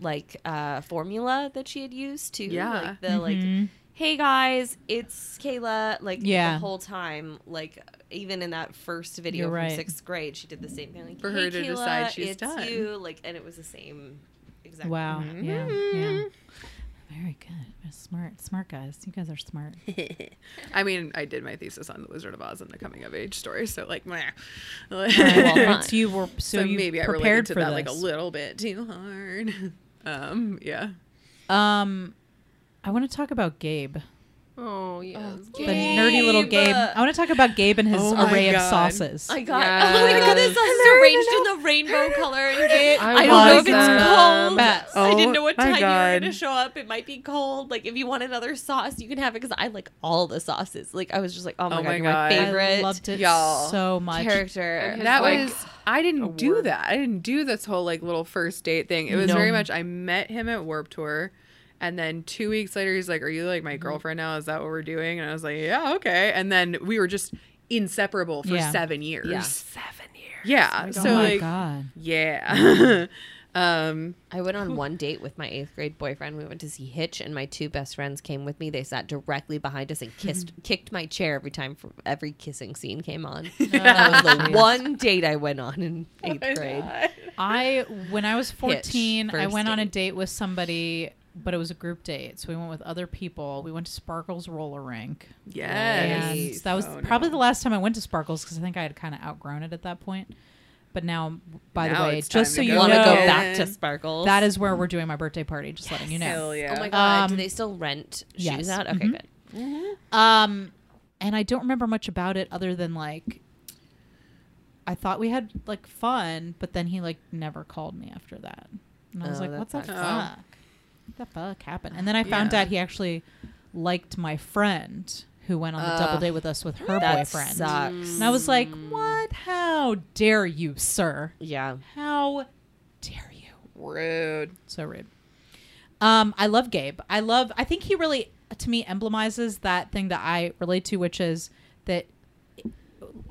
Speaker 1: like uh formula that she had used to
Speaker 4: Yeah.
Speaker 1: like the like hey guys, it's Kayla like
Speaker 2: Yeah.
Speaker 1: the whole time like even in that first video
Speaker 2: You're
Speaker 1: from
Speaker 2: right.
Speaker 1: 6th grade, she did the same thing like
Speaker 4: For
Speaker 1: "Hey,
Speaker 4: her to
Speaker 1: Kayla,
Speaker 4: decide she's
Speaker 1: it's
Speaker 4: done."
Speaker 1: you like and it was the same exact
Speaker 2: Wow. Yeah. Yeah. Very good. You're smart, smart guys. You guys are smart.
Speaker 4: I mean, I did my thesis on the Wizard of Oz and the coming of age story, so like, meh.
Speaker 1: Well,
Speaker 2: so you were so,
Speaker 4: so,
Speaker 2: you
Speaker 4: maybe I
Speaker 2: prepared
Speaker 4: related to
Speaker 2: for
Speaker 4: that
Speaker 2: this.
Speaker 4: like a little bit too hard. um, yeah.
Speaker 2: Um, I want to talk about Gabe.
Speaker 3: Oh yes.
Speaker 2: The nerdy little Gabe. I want to talk about Gabe and his
Speaker 4: Oh my
Speaker 2: array
Speaker 4: God.
Speaker 2: of sauces.
Speaker 1: I got.
Speaker 3: Yes.
Speaker 1: Oh my god, this is arranged in the rainbow color. And
Speaker 3: I
Speaker 1: I don't
Speaker 2: want
Speaker 1: know if
Speaker 2: them.
Speaker 1: it's cold.
Speaker 2: Best.
Speaker 1: I didn't
Speaker 4: Oh
Speaker 1: know what
Speaker 4: my
Speaker 1: time you were
Speaker 4: God.
Speaker 1: going to show up. It might be cold. Like if you want another sauce, you can have it because I like all the sauces. Like I was just like, oh my
Speaker 4: Oh
Speaker 1: god,
Speaker 4: my
Speaker 1: you're my
Speaker 4: God. I
Speaker 1: favorite
Speaker 2: I loved it
Speaker 4: y'all.
Speaker 2: so much.
Speaker 1: character.
Speaker 3: And his,
Speaker 4: that
Speaker 3: like,
Speaker 4: was I didn't do
Speaker 3: award.
Speaker 4: that. I didn't do this whole like little first date thing. It was
Speaker 2: No.
Speaker 4: very much I met him at Warp Tour and then 2 weeks later he's like, "Are you like my girlfriend now? Is that what we're doing?" And I was like, "Yeah, okay." And then we were just inseparable for
Speaker 2: Yeah.
Speaker 4: 7 years.
Speaker 1: Yeah.
Speaker 4: 7 years. Yeah.
Speaker 2: Oh
Speaker 4: so
Speaker 2: my
Speaker 4: like
Speaker 2: god.
Speaker 4: yeah. um
Speaker 1: I went on one date with my eighth grade boyfriend. We went to see Hitch, and my two best friends came with me. They sat directly behind us and kissed, kicked my chair every time for every kissing scene came on. that was the one date I went on in eighth grade.
Speaker 2: I when I was 14, I
Speaker 1: first
Speaker 2: went on a
Speaker 1: date.
Speaker 2: date with somebody, but it was a group date. So we went with other people. We went to Sparkles roller rink.
Speaker 4: yes. Oh,
Speaker 2: And that was probably the last time I went to Sparkles cuz I think I had kind of outgrown it at that point. But now by
Speaker 4: Now
Speaker 2: the way,
Speaker 4: it's time
Speaker 2: just so
Speaker 4: to
Speaker 2: you
Speaker 4: go.
Speaker 2: know,
Speaker 1: Want to go
Speaker 4: No.
Speaker 1: back to Sparkles?
Speaker 2: that is where we're doing my birthday party, just letting you know.
Speaker 4: Hell yeah.
Speaker 1: Oh my god! Do
Speaker 2: Um,
Speaker 1: they still rent shoes
Speaker 2: yes.
Speaker 1: out? Okay,
Speaker 2: Mhm.
Speaker 1: good.
Speaker 2: Um, and I don't remember much about it other than like, I thought we had like fun, but then he like never called me after that, and I was
Speaker 1: Oh,
Speaker 2: like,
Speaker 1: that
Speaker 2: what the
Speaker 1: sucks.
Speaker 2: fuck?
Speaker 4: Oh.
Speaker 2: What the fuck happened? And then I found
Speaker 4: Yeah.
Speaker 2: out he actually liked my friend who went on the double
Speaker 1: Ugh,
Speaker 2: date with us with her
Speaker 1: that
Speaker 2: boyfriend.
Speaker 1: sucks.
Speaker 2: And I was like, what? How dare you, sir?
Speaker 1: Yeah.
Speaker 2: How dare you?
Speaker 4: Rude.
Speaker 2: So rude. Um, I love Gabe. I love. I think he really, to me, emblemizes that thing that I relate to, which is that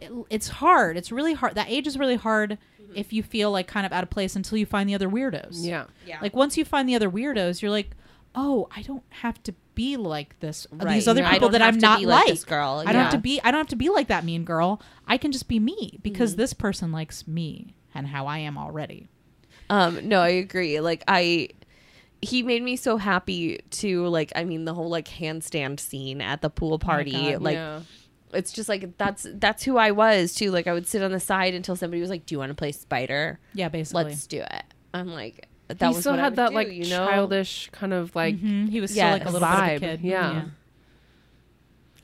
Speaker 2: it- it's hard. It's really hard. That age is really hard
Speaker 1: Mm-hmm.
Speaker 2: if you feel like kind of out of place until you find the other weirdos.
Speaker 3: yeah.
Speaker 2: Like once you find the other weirdos, you're like, oh, I don't have to be like this.
Speaker 1: Right.
Speaker 2: These other
Speaker 1: Yeah. I
Speaker 2: people
Speaker 1: don't
Speaker 2: that
Speaker 1: have
Speaker 2: I'm
Speaker 1: to
Speaker 2: not
Speaker 1: be
Speaker 2: like.
Speaker 1: like this girl.
Speaker 2: I don't have to
Speaker 1: Yeah.
Speaker 2: be. I don't have to be like that mean girl. I can just be me because
Speaker 1: Mm-hmm.
Speaker 2: this person likes me and how I am already.
Speaker 1: Um, no, I agree. Like I he made me so happy to like I mean the whole like handstand scene at the pool party.
Speaker 2: God,
Speaker 1: like
Speaker 3: yeah.
Speaker 1: it's just like that's that's who I was too. Like I would sit on the side until somebody was like, Do you want to play spider?
Speaker 2: Yeah, basically.
Speaker 1: Let's do it. I'm like that
Speaker 3: He
Speaker 1: was
Speaker 3: still
Speaker 1: what I
Speaker 3: had
Speaker 1: would
Speaker 3: that
Speaker 1: do,
Speaker 3: like
Speaker 1: you know?
Speaker 3: childish kind of like
Speaker 2: Mhm. He was still
Speaker 1: Yeah,
Speaker 2: like a little bit of a
Speaker 3: vibe.
Speaker 2: kid.
Speaker 3: Yeah.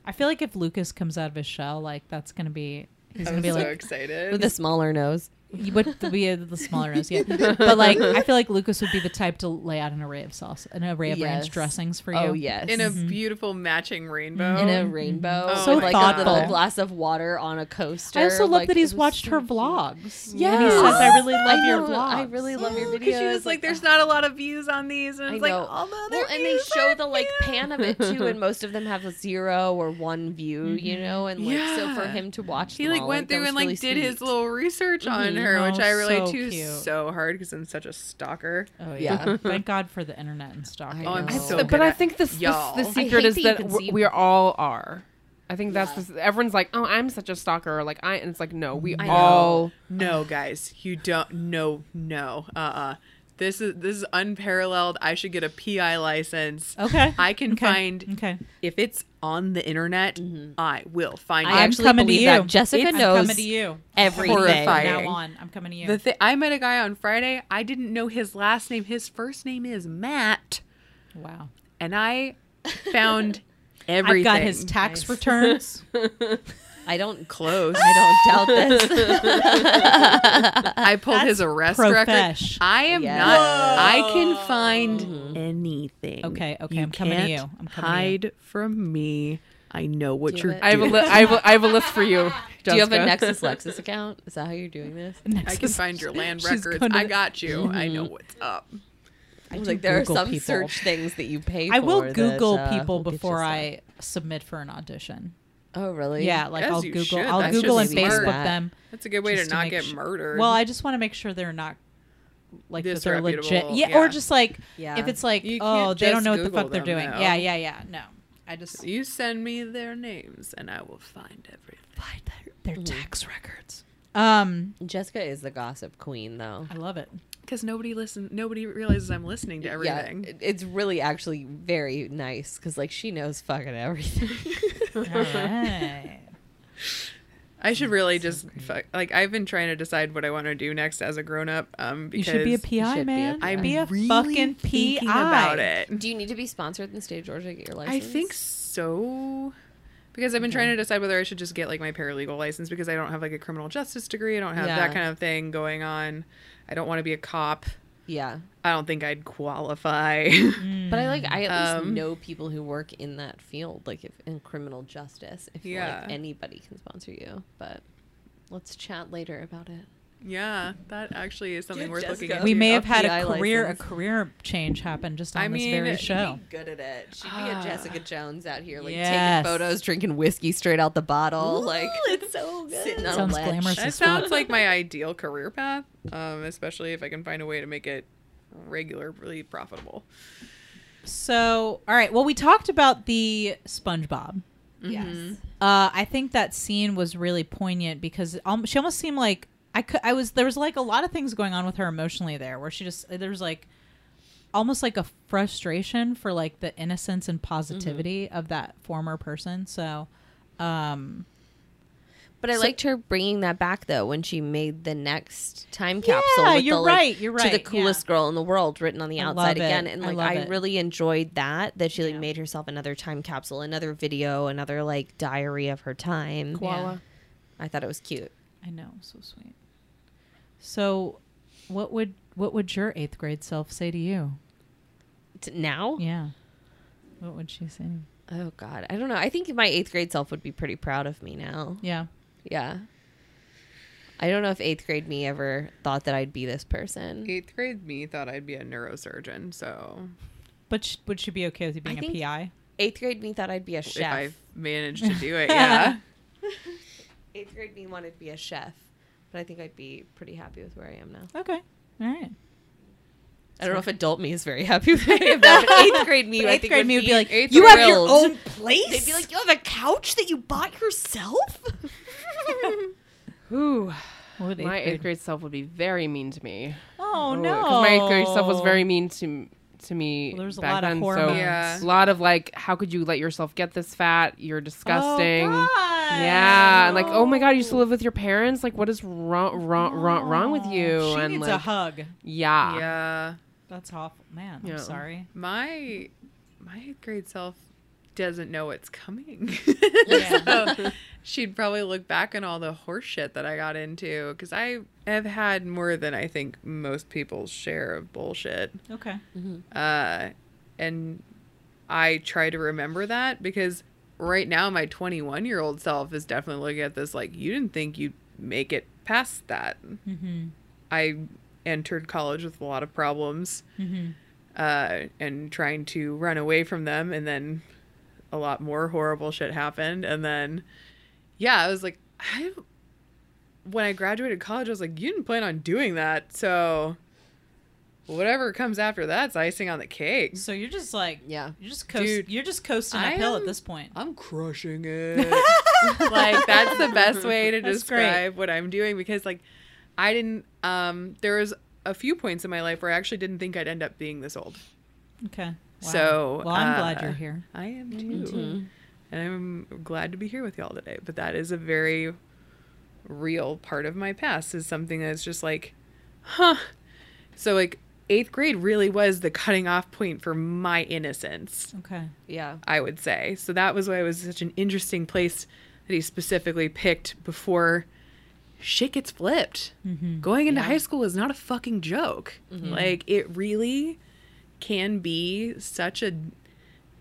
Speaker 2: I feel like if Lucas comes out of his shell, like that's gonna be he's
Speaker 4: I'm
Speaker 2: gonna be
Speaker 4: so
Speaker 2: like
Speaker 4: excited.
Speaker 1: with a smaller nose.
Speaker 2: you would be a, the smaller nose, yeah. But like I feel like Lucas would be the type to lay out an array of sauce, an array of ranch
Speaker 1: Yes.
Speaker 2: dressings for you.
Speaker 1: Oh yes.
Speaker 4: in a beautiful matching rainbow.
Speaker 1: in a rainbow,
Speaker 4: Oh
Speaker 1: with, like
Speaker 4: my
Speaker 1: a
Speaker 4: God.
Speaker 1: little glass of water on a coaster.
Speaker 2: I also love
Speaker 1: Like,
Speaker 2: that
Speaker 1: it
Speaker 2: he's
Speaker 1: was
Speaker 2: watched
Speaker 1: so
Speaker 2: her
Speaker 1: cute.
Speaker 2: vlogs.
Speaker 1: Yeah,
Speaker 2: and he says, "I really love your
Speaker 1: know,
Speaker 2: vlogs."
Speaker 1: I really love your videos. ah.
Speaker 4: Because she was like, "There's not a lot of views on these," and
Speaker 1: I
Speaker 4: it's
Speaker 1: know.
Speaker 4: like, "Oh,
Speaker 1: well, and they show the like pan of it too, and most of them have a zero or one view,
Speaker 2: Mm-hmm.
Speaker 1: you know, and like so for
Speaker 4: Yeah.
Speaker 1: him to watch,
Speaker 4: He
Speaker 1: them
Speaker 4: like
Speaker 1: all,
Speaker 4: went
Speaker 1: that
Speaker 4: through
Speaker 1: was
Speaker 4: and like
Speaker 1: really
Speaker 4: did his
Speaker 1: sweet. Mm-hmm.
Speaker 4: little research on her, which
Speaker 2: Oh,
Speaker 4: I relate
Speaker 2: so
Speaker 4: to
Speaker 2: cute.
Speaker 4: so hard because I'm such a stalker.
Speaker 2: Oh
Speaker 1: yeah.
Speaker 2: Thank God for the internet and stalking.
Speaker 1: I
Speaker 4: Oh, I'm
Speaker 1: know.
Speaker 4: so.
Speaker 1: But
Speaker 4: good
Speaker 3: but I
Speaker 4: at-
Speaker 3: think this, this
Speaker 4: y'all.
Speaker 3: the
Speaker 4: I
Speaker 3: secret
Speaker 2: hate
Speaker 3: is
Speaker 2: that you
Speaker 3: that
Speaker 2: can
Speaker 3: w-
Speaker 2: see
Speaker 3: we all are. I think that's the, everyone's like, oh, I'm such a stalker. Or like I, and it's like, no, we
Speaker 4: know.
Speaker 3: all.
Speaker 4: No, guys, you don't. No, no. Uh, uh This is this is unparalleled. I should get a PI license.
Speaker 2: Okay.
Speaker 4: I can
Speaker 2: Okay.
Speaker 4: find
Speaker 2: Okay.
Speaker 4: if it's on the internet. I will find
Speaker 1: Mm-hmm. I
Speaker 4: it.
Speaker 2: I'm
Speaker 1: actually
Speaker 2: coming to
Speaker 1: believe that
Speaker 2: you.
Speaker 1: Jessica
Speaker 2: I'm
Speaker 1: knows
Speaker 2: coming to you.
Speaker 1: everything.
Speaker 2: From
Speaker 4: Horrifying.
Speaker 2: now on, I'm coming to you.
Speaker 4: The thi- I met a guy on Friday. I didn't know his last name. His first name is Matt,
Speaker 2: wow.
Speaker 4: and I found everything.
Speaker 2: I've got his tax returns.
Speaker 1: I don't. Cl-
Speaker 4: close.
Speaker 1: I don't doubt this.
Speaker 4: I pulled his arrest record.
Speaker 2: profesh. Mm-hmm.
Speaker 4: I am
Speaker 1: Yeah.
Speaker 4: not. I can find anything.
Speaker 2: Okay, okay,
Speaker 4: You
Speaker 2: I'm coming to
Speaker 4: can't
Speaker 2: you. I'm coming to you.
Speaker 4: hide from me. I know what
Speaker 1: Do
Speaker 4: you're
Speaker 1: it.
Speaker 3: I have a
Speaker 4: doing.
Speaker 3: li- I have a, I have a list for you.
Speaker 1: Do you have a
Speaker 3: Jessica.
Speaker 1: Nexus Lexus account? Is that how you're doing this?
Speaker 4: I can find your land
Speaker 2: She's
Speaker 4: records.
Speaker 2: gonna- Mm-hmm.
Speaker 4: I got you. I know what's up.
Speaker 1: I
Speaker 2: do
Speaker 1: like there
Speaker 2: Google
Speaker 1: are some
Speaker 2: people.
Speaker 1: search things that you pay. for
Speaker 2: I will
Speaker 1: that,
Speaker 2: Google
Speaker 1: uh,
Speaker 2: people
Speaker 1: will get you
Speaker 2: before
Speaker 1: stuff.
Speaker 2: I submit for an audition.
Speaker 1: Oh really?
Speaker 2: Yeah, like
Speaker 4: Yes,
Speaker 2: I'll
Speaker 4: you
Speaker 2: Google,
Speaker 4: should.
Speaker 2: I'll
Speaker 4: That's
Speaker 2: Google and
Speaker 1: just smart.
Speaker 2: Facebook them.
Speaker 4: That's a good way to
Speaker 2: just to
Speaker 4: not
Speaker 2: make
Speaker 4: get
Speaker 2: sure-
Speaker 4: murdered.
Speaker 2: Well, I just want to make sure they're not like that they're legit.
Speaker 4: Disreputable,
Speaker 2: Yeah, or
Speaker 4: yeah.
Speaker 2: just like
Speaker 1: Yeah.
Speaker 2: if it's like oh
Speaker 4: You can't
Speaker 2: they don't
Speaker 4: just
Speaker 2: know what the
Speaker 4: Google
Speaker 2: fuck they're
Speaker 4: them,
Speaker 2: doing.
Speaker 4: though.
Speaker 2: Yeah, yeah, yeah. No, I just
Speaker 4: you send me their names, and I will find everything.
Speaker 2: find their, their tax records. Um,
Speaker 1: Jessica is the gossip queen though.
Speaker 2: I love it.
Speaker 4: Because nobody listen, nobody realizes I'm listening to everything.
Speaker 1: Yeah, it- it's really actually very nice because like she knows fucking everything.
Speaker 2: All right.
Speaker 4: I
Speaker 2: Mm,
Speaker 4: should really just fuck, like I've been trying to decide what I want to do next as a grown up. Um,
Speaker 2: You
Speaker 4: because
Speaker 2: should be a
Speaker 1: should be
Speaker 2: PI,
Speaker 1: a
Speaker 2: man.
Speaker 1: PI.
Speaker 4: I'm
Speaker 2: be a
Speaker 4: really
Speaker 2: fucking
Speaker 4: thinking
Speaker 2: PI
Speaker 4: about it.
Speaker 1: Do you need to be sponsored in the state of Georgia to get your license?
Speaker 4: I think so. so because I've been trying to decide whether I should just get like my paralegal license because I don't have like a criminal justice degree. I don't have
Speaker 1: Yeah.
Speaker 4: that kind of thing going on. I don't want to be a cop.
Speaker 1: Yeah.
Speaker 4: I don't think I'd qualify.
Speaker 1: But I like I at least
Speaker 4: Um,
Speaker 1: know people who work in that field, like if in criminal justice. If
Speaker 4: Yeah.
Speaker 1: like anybody can sponsor you, but let's chat later about it.
Speaker 4: yeah, that actually is something
Speaker 1: Get
Speaker 4: worth looking
Speaker 1: Jessica.
Speaker 4: into.
Speaker 2: We may have had a
Speaker 1: FBI
Speaker 2: career
Speaker 1: license.
Speaker 2: a career change happen just on
Speaker 4: I
Speaker 2: this
Speaker 4: mean,
Speaker 2: very show.
Speaker 1: Good at it. She'd be
Speaker 4: Ah.
Speaker 1: a Jessica Jones out here, like
Speaker 2: Yes.
Speaker 1: taking photos, drinking whiskey straight out the bottle, like it's so good. Sitting on
Speaker 2: Sounds
Speaker 1: a ledge.
Speaker 2: glamorous.
Speaker 4: That
Speaker 2: as fuck.
Speaker 4: sounds like my ideal career path, um, especially if I can find a way to make it regularly profitable.
Speaker 2: So, all right. Well, we talked about the SpongeBob.
Speaker 1: Yes.
Speaker 2: Uh, I think that scene was really poignant because it alm- she almost seemed like I could. I was there was like a lot of things going on with her emotionally there, where she just there was like almost like a frustration for like the innocence and positivity
Speaker 4: Mm-hmm.
Speaker 2: of that former person. So, um,
Speaker 1: But I
Speaker 2: So-
Speaker 1: liked her bringing that back though when she made the next time capsule.
Speaker 2: Yeah,
Speaker 1: with
Speaker 2: you're
Speaker 1: the, like,
Speaker 2: right, you're
Speaker 1: To the
Speaker 2: right,
Speaker 1: coolest
Speaker 2: yeah.
Speaker 1: girl in the world written on the
Speaker 2: I love
Speaker 1: outside
Speaker 2: it,
Speaker 1: again, and
Speaker 2: I
Speaker 1: like
Speaker 2: love
Speaker 1: I,
Speaker 2: it.
Speaker 1: really enjoyed that that she like made herself another time capsule, another video, another like diary of her time.
Speaker 2: Koala.
Speaker 1: I thought it was cute.
Speaker 2: I know, so sweet. So, what would what would your eighth grade self say to you?
Speaker 1: T- Now,
Speaker 2: Yeah, what would she say?
Speaker 1: oh god, I don't know. I think my eighth grade self would be pretty proud of me now.
Speaker 2: Yeah.
Speaker 1: Yeah. I don't know if eighth grade me ever thought that I'd be this person.
Speaker 4: Eighth grade me thought I'd be a neurosurgeon, so
Speaker 2: But sh- would she be okay with you being a
Speaker 1: think-
Speaker 2: PI?
Speaker 1: Eighth grade me thought I'd be a
Speaker 4: if
Speaker 1: chef.
Speaker 4: I've managed to do it, yeah.
Speaker 1: Eighth grade me wanted to be a chef, but I think I'd be pretty happy with where I am now.
Speaker 2: Okay. All right.
Speaker 1: I don't know if adult me is very happy with where I am now, but eighth grade me, I
Speaker 2: eighth
Speaker 1: think
Speaker 2: grade
Speaker 1: would
Speaker 2: me would be like,
Speaker 4: eighth
Speaker 2: you have your
Speaker 1: thrilled."
Speaker 2: own place.
Speaker 1: They'd be like, you have a couch that you bought yourself?
Speaker 3: Ooh,
Speaker 2: What would
Speaker 3: my eighth grade self would be very mean to me.
Speaker 2: Oh,
Speaker 3: Ooh,
Speaker 2: no.
Speaker 3: 'cause My eighth grade self was very mean to to me.
Speaker 2: Well,
Speaker 3: There
Speaker 2: there's a
Speaker 3: back
Speaker 2: lot of
Speaker 3: then, So
Speaker 2: hormones.
Speaker 4: Yeah.
Speaker 3: a lot of like, how could you let yourself get this fat? You're disgusting.
Speaker 2: Oh, God.
Speaker 3: Yeah, and like, oh my god, you used to live with your parents. Like, what is wrong, wrong, wrong, wrong with you?
Speaker 2: She
Speaker 3: and
Speaker 2: needs
Speaker 3: like,
Speaker 2: a hug.
Speaker 3: Yeah,
Speaker 4: yeah.
Speaker 2: That's awful. Man,
Speaker 3: Yeah.
Speaker 2: I'm sorry.
Speaker 4: My my eighth grade self doesn't know what's coming.
Speaker 2: Yeah.
Speaker 4: so she'd probably look back on all the horse shit that I got into because I have had more than I think most people's share of bullshit.
Speaker 2: Okay.
Speaker 4: Uh, and I try to remember that because right now my 21 year old self is definitely looking at this like, you didn't think you'd make it past that. I entered college with a lot of problems uh, and trying to run away from them. And then a lot more horrible shit happened. And then, yeah, I was like, I, when I graduated college, I was like, you didn't plan on doing that. So whatever comes after that's icing on the cake.
Speaker 2: So you're just like,
Speaker 1: Yeah.
Speaker 2: you're just coast,
Speaker 4: Dude,
Speaker 2: you're just coasting
Speaker 4: I
Speaker 2: uphill
Speaker 4: am-
Speaker 2: at this point.
Speaker 4: I'm crushing it. like that's the best way to
Speaker 2: That's great.
Speaker 4: describe what I'm doing because like I didn't um there was a few points in my life where I actually didn't think I'd end up being this old.
Speaker 2: Okay. Wow.
Speaker 4: So
Speaker 2: well, I'm glad
Speaker 4: uh,
Speaker 2: you're here.
Speaker 4: I am too. And I'm glad to be here with y'all today. But that is a very real part of my past is something that's just like, huh. So like eighth grade really was the cutting off point for my innocence.
Speaker 2: Okay.
Speaker 1: Yeah.
Speaker 4: I would say. So that was why it was such an interesting place that he specifically picked before shit gets flipped.
Speaker 2: Mm-hmm.
Speaker 4: Going into high school is not a fucking joke. Like, it really can be such a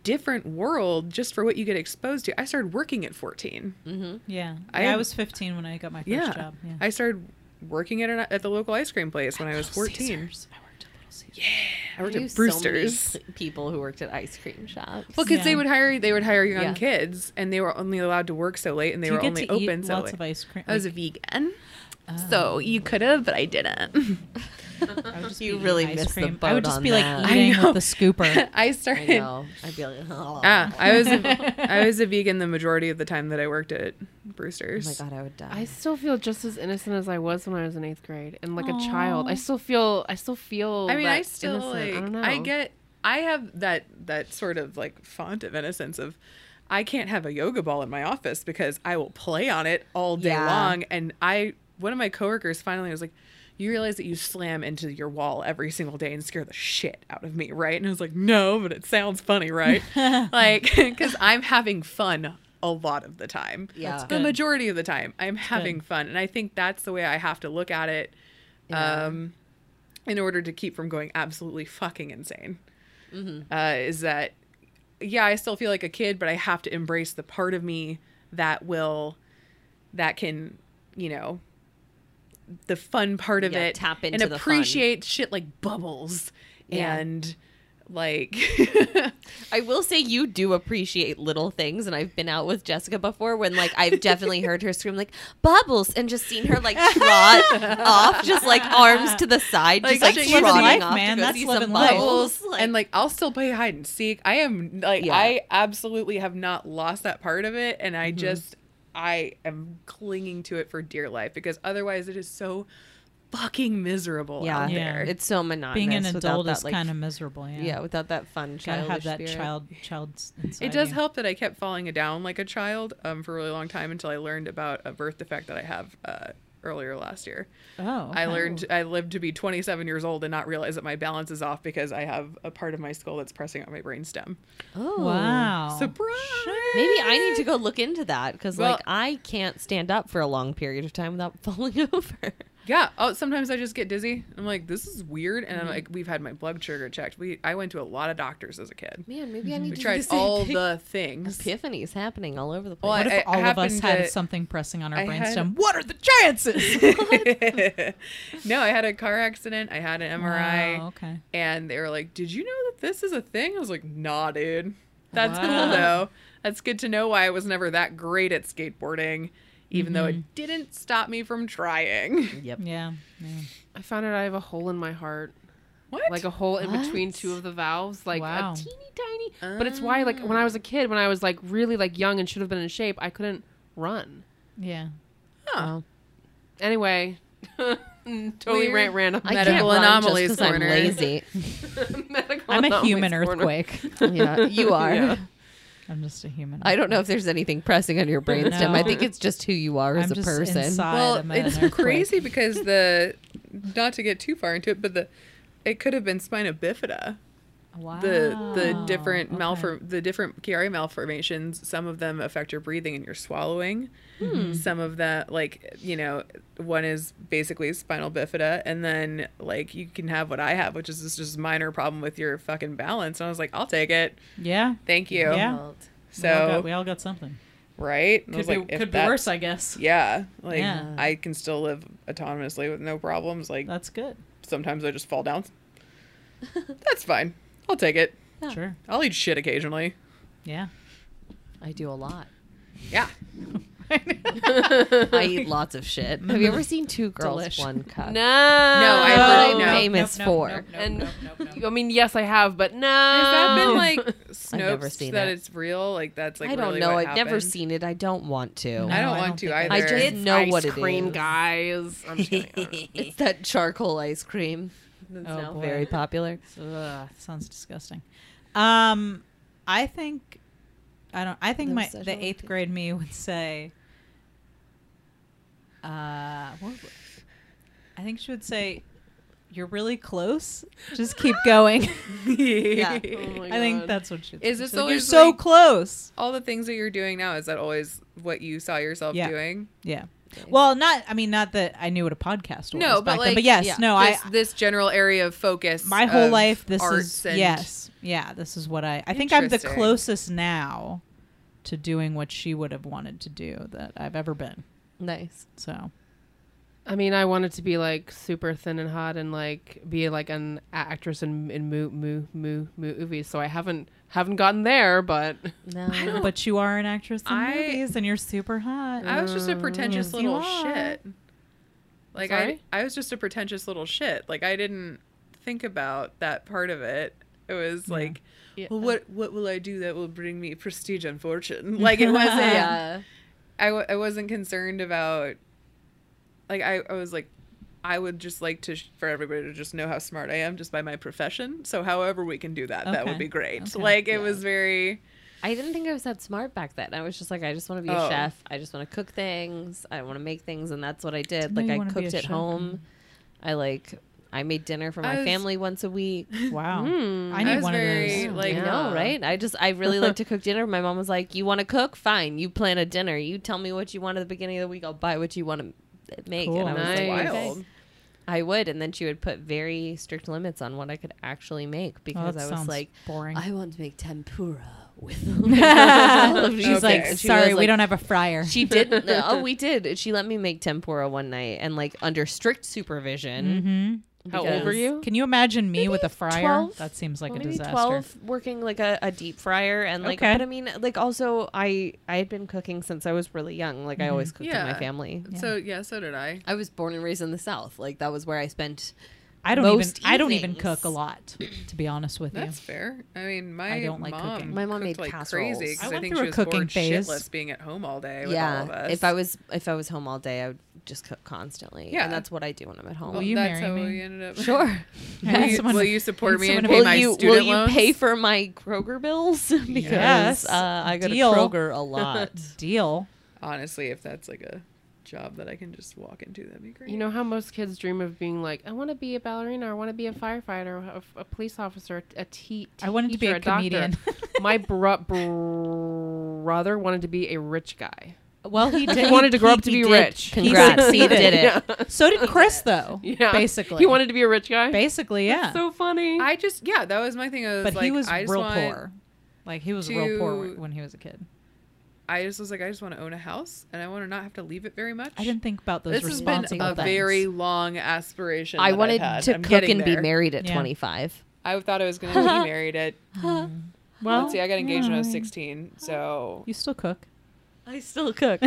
Speaker 4: different world just for what you get exposed to. I started working at 14.
Speaker 2: Yeah.
Speaker 4: I
Speaker 2: I, yeah, I
Speaker 4: am-
Speaker 2: was 15 when I got my first
Speaker 4: Yeah.
Speaker 2: Mm-hmm. job. Yeah.
Speaker 4: I started working at, an, at the local ice cream place when I was 14.
Speaker 2: I worked at Little Caesars.
Speaker 4: I worked
Speaker 1: Knew
Speaker 4: at
Speaker 1: so many
Speaker 4: Brewster's.
Speaker 1: p- people who worked at ice cream shops.
Speaker 4: well, because they
Speaker 2: Yeah.
Speaker 4: would hire they would hire young
Speaker 1: Yeah.
Speaker 4: kids, and they were only allowed to work so late, and they
Speaker 2: Do you
Speaker 4: were
Speaker 2: get
Speaker 4: only
Speaker 2: to eat
Speaker 4: open so
Speaker 2: lots
Speaker 4: late.
Speaker 2: of ice cream?
Speaker 4: I was a vegan. So you could have, but I didn't.
Speaker 2: I would just
Speaker 1: You
Speaker 2: be
Speaker 1: really
Speaker 2: eating ice
Speaker 1: missed the
Speaker 2: cream. I would
Speaker 1: boat
Speaker 2: just
Speaker 1: on
Speaker 2: be
Speaker 1: that.
Speaker 2: like
Speaker 1: I
Speaker 2: eating
Speaker 4: know.
Speaker 2: with the scooper.
Speaker 4: I
Speaker 1: I
Speaker 4: started.
Speaker 1: know. I'd be like, oh,
Speaker 4: Ah, I was a, I was a vegan the majority of the time that I worked at Brewster's.
Speaker 1: Oh my god, I would die.
Speaker 3: I still feel just as innocent as I was when I was in eighth grade and like a child. I still feel. I still feel.
Speaker 4: I mean,
Speaker 3: that
Speaker 4: I still
Speaker 3: innocent. I don't
Speaker 4: like
Speaker 3: know.
Speaker 4: I, get I have that that sort of like font of innocence of I can't have a yoga ball in my office because I will play on it all day
Speaker 1: Yeah.
Speaker 4: long and I one of my coworkers finally was like you realize that you slam into your wall every single day and scare the shit out of me, right? And I was like, no, but it sounds funny, right? like, because I'm having fun a lot of the time.
Speaker 1: Yeah. That's
Speaker 4: The
Speaker 2: good.
Speaker 4: majority of the time, I'm having fun. And I think that's the way I have to look at it um, in order to keep from going absolutely fucking insane. Uh, is that, yeah, I still feel like a kid, but I have to embrace the part of me that will, that can, you know, the fun part of
Speaker 1: Yeah,
Speaker 4: it
Speaker 1: tap
Speaker 4: and
Speaker 1: into the fun.
Speaker 4: appreciate shit like bubbles
Speaker 1: Yeah.
Speaker 4: and like
Speaker 1: I will say you do appreciate little things, and I've been out with Jessica before when like I've definitely heard her scream like bubbles, and just seen her like trot off, just like arms to the side, just
Speaker 4: Like,
Speaker 1: like,
Speaker 4: that's living
Speaker 1: trotting
Speaker 2: life,
Speaker 1: off
Speaker 2: man.
Speaker 1: to go
Speaker 2: That's
Speaker 1: see
Speaker 2: living
Speaker 1: some
Speaker 2: life.
Speaker 1: bubbles.
Speaker 4: and like I'll still play hide and seek. I am like
Speaker 1: Yeah.
Speaker 4: I absolutely have not lost that part of it and
Speaker 1: Mm-hmm.
Speaker 4: I just I am clinging to it for dear life because otherwise it is so fucking miserable
Speaker 1: yeah,
Speaker 4: out
Speaker 2: Yeah.
Speaker 4: there.
Speaker 1: it's so monotonous.
Speaker 2: Being an
Speaker 1: without
Speaker 2: adult
Speaker 1: that,
Speaker 2: is
Speaker 1: like,
Speaker 2: kind of miserable. Yeah.
Speaker 1: yeah. without that fun
Speaker 2: Gotta
Speaker 1: child
Speaker 2: have that
Speaker 1: spirit.
Speaker 2: child child.
Speaker 4: It does help that I kept falling down like a child um, for a really long time until I learned about a birth defect that I have uh, earlier last year.
Speaker 2: Oh,
Speaker 4: I learned I lived to be 27 years old and not realize that my balance is off because I have a part of my skull that's pressing on my brain stem.
Speaker 1: Oh
Speaker 2: Wow.
Speaker 4: Surprise!
Speaker 1: Maybe I need to go look into that because
Speaker 4: Well-
Speaker 1: like I can't stand up for a long period of time without falling over.
Speaker 4: Yeah. Oh, sometimes I just get dizzy. I'm like, this is weird, and
Speaker 2: Mm-hmm.
Speaker 4: I'm like, we've had my blood sugar checked. We I went to a lot of doctors as a kid.
Speaker 1: Man, maybe I need
Speaker 4: We
Speaker 1: to
Speaker 4: tried
Speaker 1: do the same
Speaker 4: all
Speaker 1: thing.
Speaker 4: the things.
Speaker 1: epiphanies happening all over the place.
Speaker 4: Well,
Speaker 2: What if
Speaker 4: I- I
Speaker 2: all of us
Speaker 4: happened
Speaker 2: had
Speaker 4: to-
Speaker 2: something pressing on our
Speaker 4: I had-
Speaker 2: brainstem? What are the chances?
Speaker 4: no, I had a car accident. I had an MRI.
Speaker 2: Wow, Oh, okay.
Speaker 4: And they were like, "Did you know that this is a thing?" I was like, "Nah, dude. That's cool though. That's good to know why I was never that great at skateboarding, even though
Speaker 3: Mm-hmm.
Speaker 4: it didn't stop me from trying."
Speaker 2: Yeah. yeah.
Speaker 3: I found out I have a hole in my heart.
Speaker 4: What?
Speaker 3: like a hole in between two of the valves, like
Speaker 2: Wow.
Speaker 3: a teeny tiny. But it's why, like, when I was a kid, when I was like really like young and should have been in shape, I couldn't run.
Speaker 2: Yeah.
Speaker 3: Anyway, totally
Speaker 4: Weird.
Speaker 3: rant random.
Speaker 1: I
Speaker 4: Medical
Speaker 1: can't run
Speaker 4: anomalies
Speaker 1: just 'cause I'm
Speaker 4: corner.
Speaker 1: lazy.
Speaker 3: Medical
Speaker 2: I'm a
Speaker 3: anomalies
Speaker 2: human
Speaker 3: corner.
Speaker 2: earthquake.
Speaker 1: yeah, you are.
Speaker 2: I'm just a human.
Speaker 1: I don't know if there's anything pressing on your brainstem.
Speaker 2: No.
Speaker 1: I think it's just who you are as
Speaker 2: I'm
Speaker 1: a
Speaker 2: just
Speaker 1: person.
Speaker 2: inside.
Speaker 4: well,
Speaker 2: I'm an
Speaker 4: it's
Speaker 2: earthquake.
Speaker 4: crazy because the not to get too far into it, but the it could have been spina bifida.
Speaker 2: Wow.
Speaker 4: The the different
Speaker 2: Ah, okay.
Speaker 4: malform the different Chiari malformations. Some of them affect your breathing and your swallowing.
Speaker 2: Hmm.
Speaker 4: Some of that, like you know, one is basically spinal bifida, and then like you can have what I have, which is this just minor problem with your fucking balance. And I was like, I'll take it.
Speaker 2: Yeah.
Speaker 4: Thank you.
Speaker 2: Yeah. we, all got,
Speaker 4: So
Speaker 2: we all got something.
Speaker 4: right, And
Speaker 2: Could
Speaker 4: I was
Speaker 2: be,
Speaker 4: like, if
Speaker 2: could be
Speaker 4: that-
Speaker 2: worse, I guess.
Speaker 4: Yeah, like
Speaker 2: Yeah.
Speaker 4: I can still live autonomously with no problems. Like
Speaker 2: That's good.
Speaker 4: sometimes I just fall down. That's fine. I'll take it.
Speaker 2: Sure.
Speaker 4: I'll eat shit occasionally.
Speaker 2: Yeah.
Speaker 1: I do a lot.
Speaker 4: Yeah.
Speaker 1: I eat lots of shit. Have you ever seen two girls,
Speaker 2: Delish.
Speaker 1: one cup?
Speaker 3: No,
Speaker 4: No,
Speaker 3: I
Speaker 1: What
Speaker 4: I've heard-
Speaker 1: I'm
Speaker 4: no.
Speaker 1: famous for.
Speaker 3: and I mean, yes, I have, but no.
Speaker 4: Has that been like Snopes
Speaker 1: never seen
Speaker 4: that
Speaker 1: it.
Speaker 4: it's real? Like that's like
Speaker 1: I don't
Speaker 4: really
Speaker 1: know.
Speaker 4: what
Speaker 1: I've never
Speaker 4: happened?
Speaker 1: seen it. I don't want to.
Speaker 4: I
Speaker 2: No,
Speaker 4: don't
Speaker 2: I
Speaker 4: want
Speaker 2: don't
Speaker 4: to
Speaker 2: think
Speaker 4: either.
Speaker 1: I just
Speaker 3: It's
Speaker 1: know
Speaker 3: ice
Speaker 1: what it
Speaker 3: cream,
Speaker 1: is.
Speaker 3: guys. I'm just kidding. I don't know.
Speaker 1: It's that charcoal ice cream. That's
Speaker 2: Oh,
Speaker 1: now
Speaker 2: boy.
Speaker 1: very popular.
Speaker 2: Ugh, sounds disgusting. Um, I think I don't. I think
Speaker 1: The
Speaker 2: my
Speaker 1: obsession
Speaker 2: the
Speaker 1: with
Speaker 2: eighth
Speaker 1: it.
Speaker 2: grade me would say. Uh, what w- I think she would say, "You're really close. Just keep going."
Speaker 1: Yeah.
Speaker 3: Oh my
Speaker 2: I think
Speaker 3: God.
Speaker 2: that's what she.
Speaker 4: Is this
Speaker 2: this like, You're
Speaker 4: always,
Speaker 2: so
Speaker 4: like-
Speaker 2: close.
Speaker 4: all the things that you're doing now. Is that always what you saw yourself
Speaker 2: Yeah.
Speaker 4: doing?
Speaker 2: Yeah. Well, not. I mean, not that I knew what a podcast was.
Speaker 4: No, but
Speaker 2: back
Speaker 4: like
Speaker 2: then, but yes,
Speaker 1: yeah,
Speaker 2: no. I
Speaker 4: this, this general area of focus.
Speaker 2: my whole
Speaker 4: of
Speaker 2: life this
Speaker 4: arts
Speaker 2: is
Speaker 4: and-
Speaker 2: yes yeah this is what i i think i'm the
Speaker 4: Interesting.
Speaker 2: closest now to doing what she would have wanted to do that i've ever been
Speaker 1: Nice.
Speaker 2: so
Speaker 3: I mean, I wanted to be like super thin and hot and like be like an a- actress in in moo moo moo moo movies. So I haven't haven't gotten there, but
Speaker 1: No.
Speaker 2: but you are an actress in
Speaker 4: I-
Speaker 2: movies and you're super hot
Speaker 4: I was just a
Speaker 1: Mm,
Speaker 4: pretentious
Speaker 2: Yes, you
Speaker 4: little
Speaker 2: are.
Speaker 4: shit. Like
Speaker 3: Sorry?
Speaker 4: I, I was just a pretentious little shit. Like I didn't think about that part of it. It was like, well, what what will I do that will bring me prestige and fortune? Like it wasn't.
Speaker 1: yeah.
Speaker 4: I, w- I wasn't concerned about. Like I, I was like, I would just like to sh- for everybody to just know how smart I am just by my profession. So however we can do that, that would
Speaker 2: Okay.
Speaker 4: be great.
Speaker 2: Okay.
Speaker 4: Like it was very.
Speaker 1: I didn't think I was that smart back then. I was just like, I just want to be
Speaker 4: Oh.
Speaker 1: a chef. I just want to cook things. I want to make things, and that's what I did.
Speaker 2: Didn't know you
Speaker 1: like I
Speaker 2: wanna be
Speaker 1: cooked
Speaker 2: a
Speaker 1: at
Speaker 2: chef.
Speaker 1: home. I like I made dinner for my
Speaker 4: I was-
Speaker 1: family once a week.
Speaker 2: Wow. I need
Speaker 4: was
Speaker 2: one
Speaker 4: very,
Speaker 2: of those.
Speaker 4: like, uh,
Speaker 1: I know, right? I just I really like to cook dinner. My mom was like, "You want to cook? Fine. You plan a dinner. You tell me what you want at the beginning of the week. I'll buy what you want to make."
Speaker 2: Cool.
Speaker 1: And I was
Speaker 3: Nice.
Speaker 1: like,
Speaker 3: Okay.
Speaker 4: Wild.
Speaker 1: I would, and then she would put very strict limits on what I could actually make because
Speaker 2: Oh, that
Speaker 1: I was
Speaker 2: sounds
Speaker 1: like,
Speaker 2: boring.
Speaker 1: I want to make tempura with. all of
Speaker 2: She's
Speaker 1: these
Speaker 2: like,
Speaker 1: things." And she
Speaker 2: sorry,
Speaker 1: was
Speaker 2: we
Speaker 1: like-
Speaker 2: don't have a fryer.
Speaker 1: She didn't. Oh, we did. She let me make tempura one night, and like under strict supervision.
Speaker 2: hmm
Speaker 3: How old were
Speaker 1: because-
Speaker 3: you?
Speaker 2: Can you imagine me with a fryer?
Speaker 1: 12?
Speaker 2: That seems like a
Speaker 1: maybe
Speaker 2: disaster.
Speaker 1: 12 working like a, a deep fryer and like
Speaker 2: Okay.
Speaker 1: but i mean like also i i had been cooking since i was really young like i
Speaker 2: Mm-hmm.
Speaker 1: always cooked in
Speaker 4: Yeah.
Speaker 1: my family
Speaker 4: So yeah, so did I.
Speaker 1: i was born and raised in the south like that was where i spent
Speaker 2: I don't
Speaker 1: most
Speaker 2: even. I don't even
Speaker 1: evenings.
Speaker 2: cook a lot, to be honest with
Speaker 4: That's
Speaker 2: you.
Speaker 4: fair. I mean, my
Speaker 2: I don't like
Speaker 4: mom
Speaker 2: cooking.
Speaker 1: My mom
Speaker 4: cooked
Speaker 1: made
Speaker 4: like
Speaker 1: casseroles.
Speaker 4: crazy 'cause
Speaker 2: I
Speaker 4: I,
Speaker 2: went
Speaker 4: think
Speaker 2: through a
Speaker 4: she was
Speaker 2: cooking
Speaker 4: bored
Speaker 2: phase.
Speaker 4: shitless being at home all day with all of
Speaker 1: yeah
Speaker 4: us.
Speaker 1: if i was if i was home all day i would just cook constantly
Speaker 4: Yeah.
Speaker 1: and that's what i do when i'm at home
Speaker 4: well,
Speaker 2: you
Speaker 4: that's
Speaker 2: marry
Speaker 4: how
Speaker 2: me?
Speaker 4: we ended up.
Speaker 1: sure
Speaker 4: Will you,
Speaker 2: Someone-
Speaker 4: will you support me
Speaker 2: someone
Speaker 4: and
Speaker 2: to
Speaker 4: pay
Speaker 2: pay-
Speaker 1: will
Speaker 4: my
Speaker 1: you will
Speaker 4: student
Speaker 1: you
Speaker 4: loans?
Speaker 1: pay for my kroger bills because
Speaker 2: Yes.
Speaker 1: uh, i go
Speaker 2: Deal.
Speaker 1: to kroger a lot
Speaker 2: Deal.
Speaker 4: Honestly, if that's like a job that I can just walk into, that'd be great.
Speaker 3: You know how most kids dream of being like, I want to be a ballerina, I want to be a firefighter, a, a police officer, a tea.
Speaker 2: I wanted to be
Speaker 3: teacher,
Speaker 2: a
Speaker 3: doctor."
Speaker 2: comedian.
Speaker 3: My bro- brother wanted to be a rich guy.
Speaker 2: Well, he did.
Speaker 3: He wanted to grow up
Speaker 2: he
Speaker 3: to be
Speaker 2: did-
Speaker 3: rich.
Speaker 1: Congrats.
Speaker 2: He
Speaker 1: He
Speaker 2: succeeded.
Speaker 1: did it.
Speaker 2: So did Chris, though.
Speaker 3: Yeah,
Speaker 2: Basically.
Speaker 3: he wanted to be a rich guy.
Speaker 2: Basically, yeah.
Speaker 3: so funny.
Speaker 4: I just yeah, that was my thing. I was
Speaker 2: but
Speaker 4: like,
Speaker 2: he was
Speaker 4: I just
Speaker 2: real
Speaker 4: want,
Speaker 2: poor. Like he was real poor
Speaker 4: to-
Speaker 2: when he was a kid.
Speaker 4: I just was like, I just want to own a house and I want to not have to leave it very much.
Speaker 2: I didn't think about those
Speaker 4: This has been
Speaker 2: responsible
Speaker 4: a
Speaker 2: things.
Speaker 4: very long aspiration.
Speaker 1: i
Speaker 4: that I've
Speaker 1: wanted
Speaker 4: had.
Speaker 1: to
Speaker 4: I'm
Speaker 1: cook
Speaker 4: getting
Speaker 1: and be
Speaker 4: there.
Speaker 1: married at
Speaker 2: Yeah.
Speaker 1: 25
Speaker 4: I thought I was going to be married at. hmm,
Speaker 2: well.
Speaker 4: Let's see, I got engaged when I was
Speaker 2: yeah.
Speaker 4: 16, so
Speaker 2: You still cook.
Speaker 1: I still cook.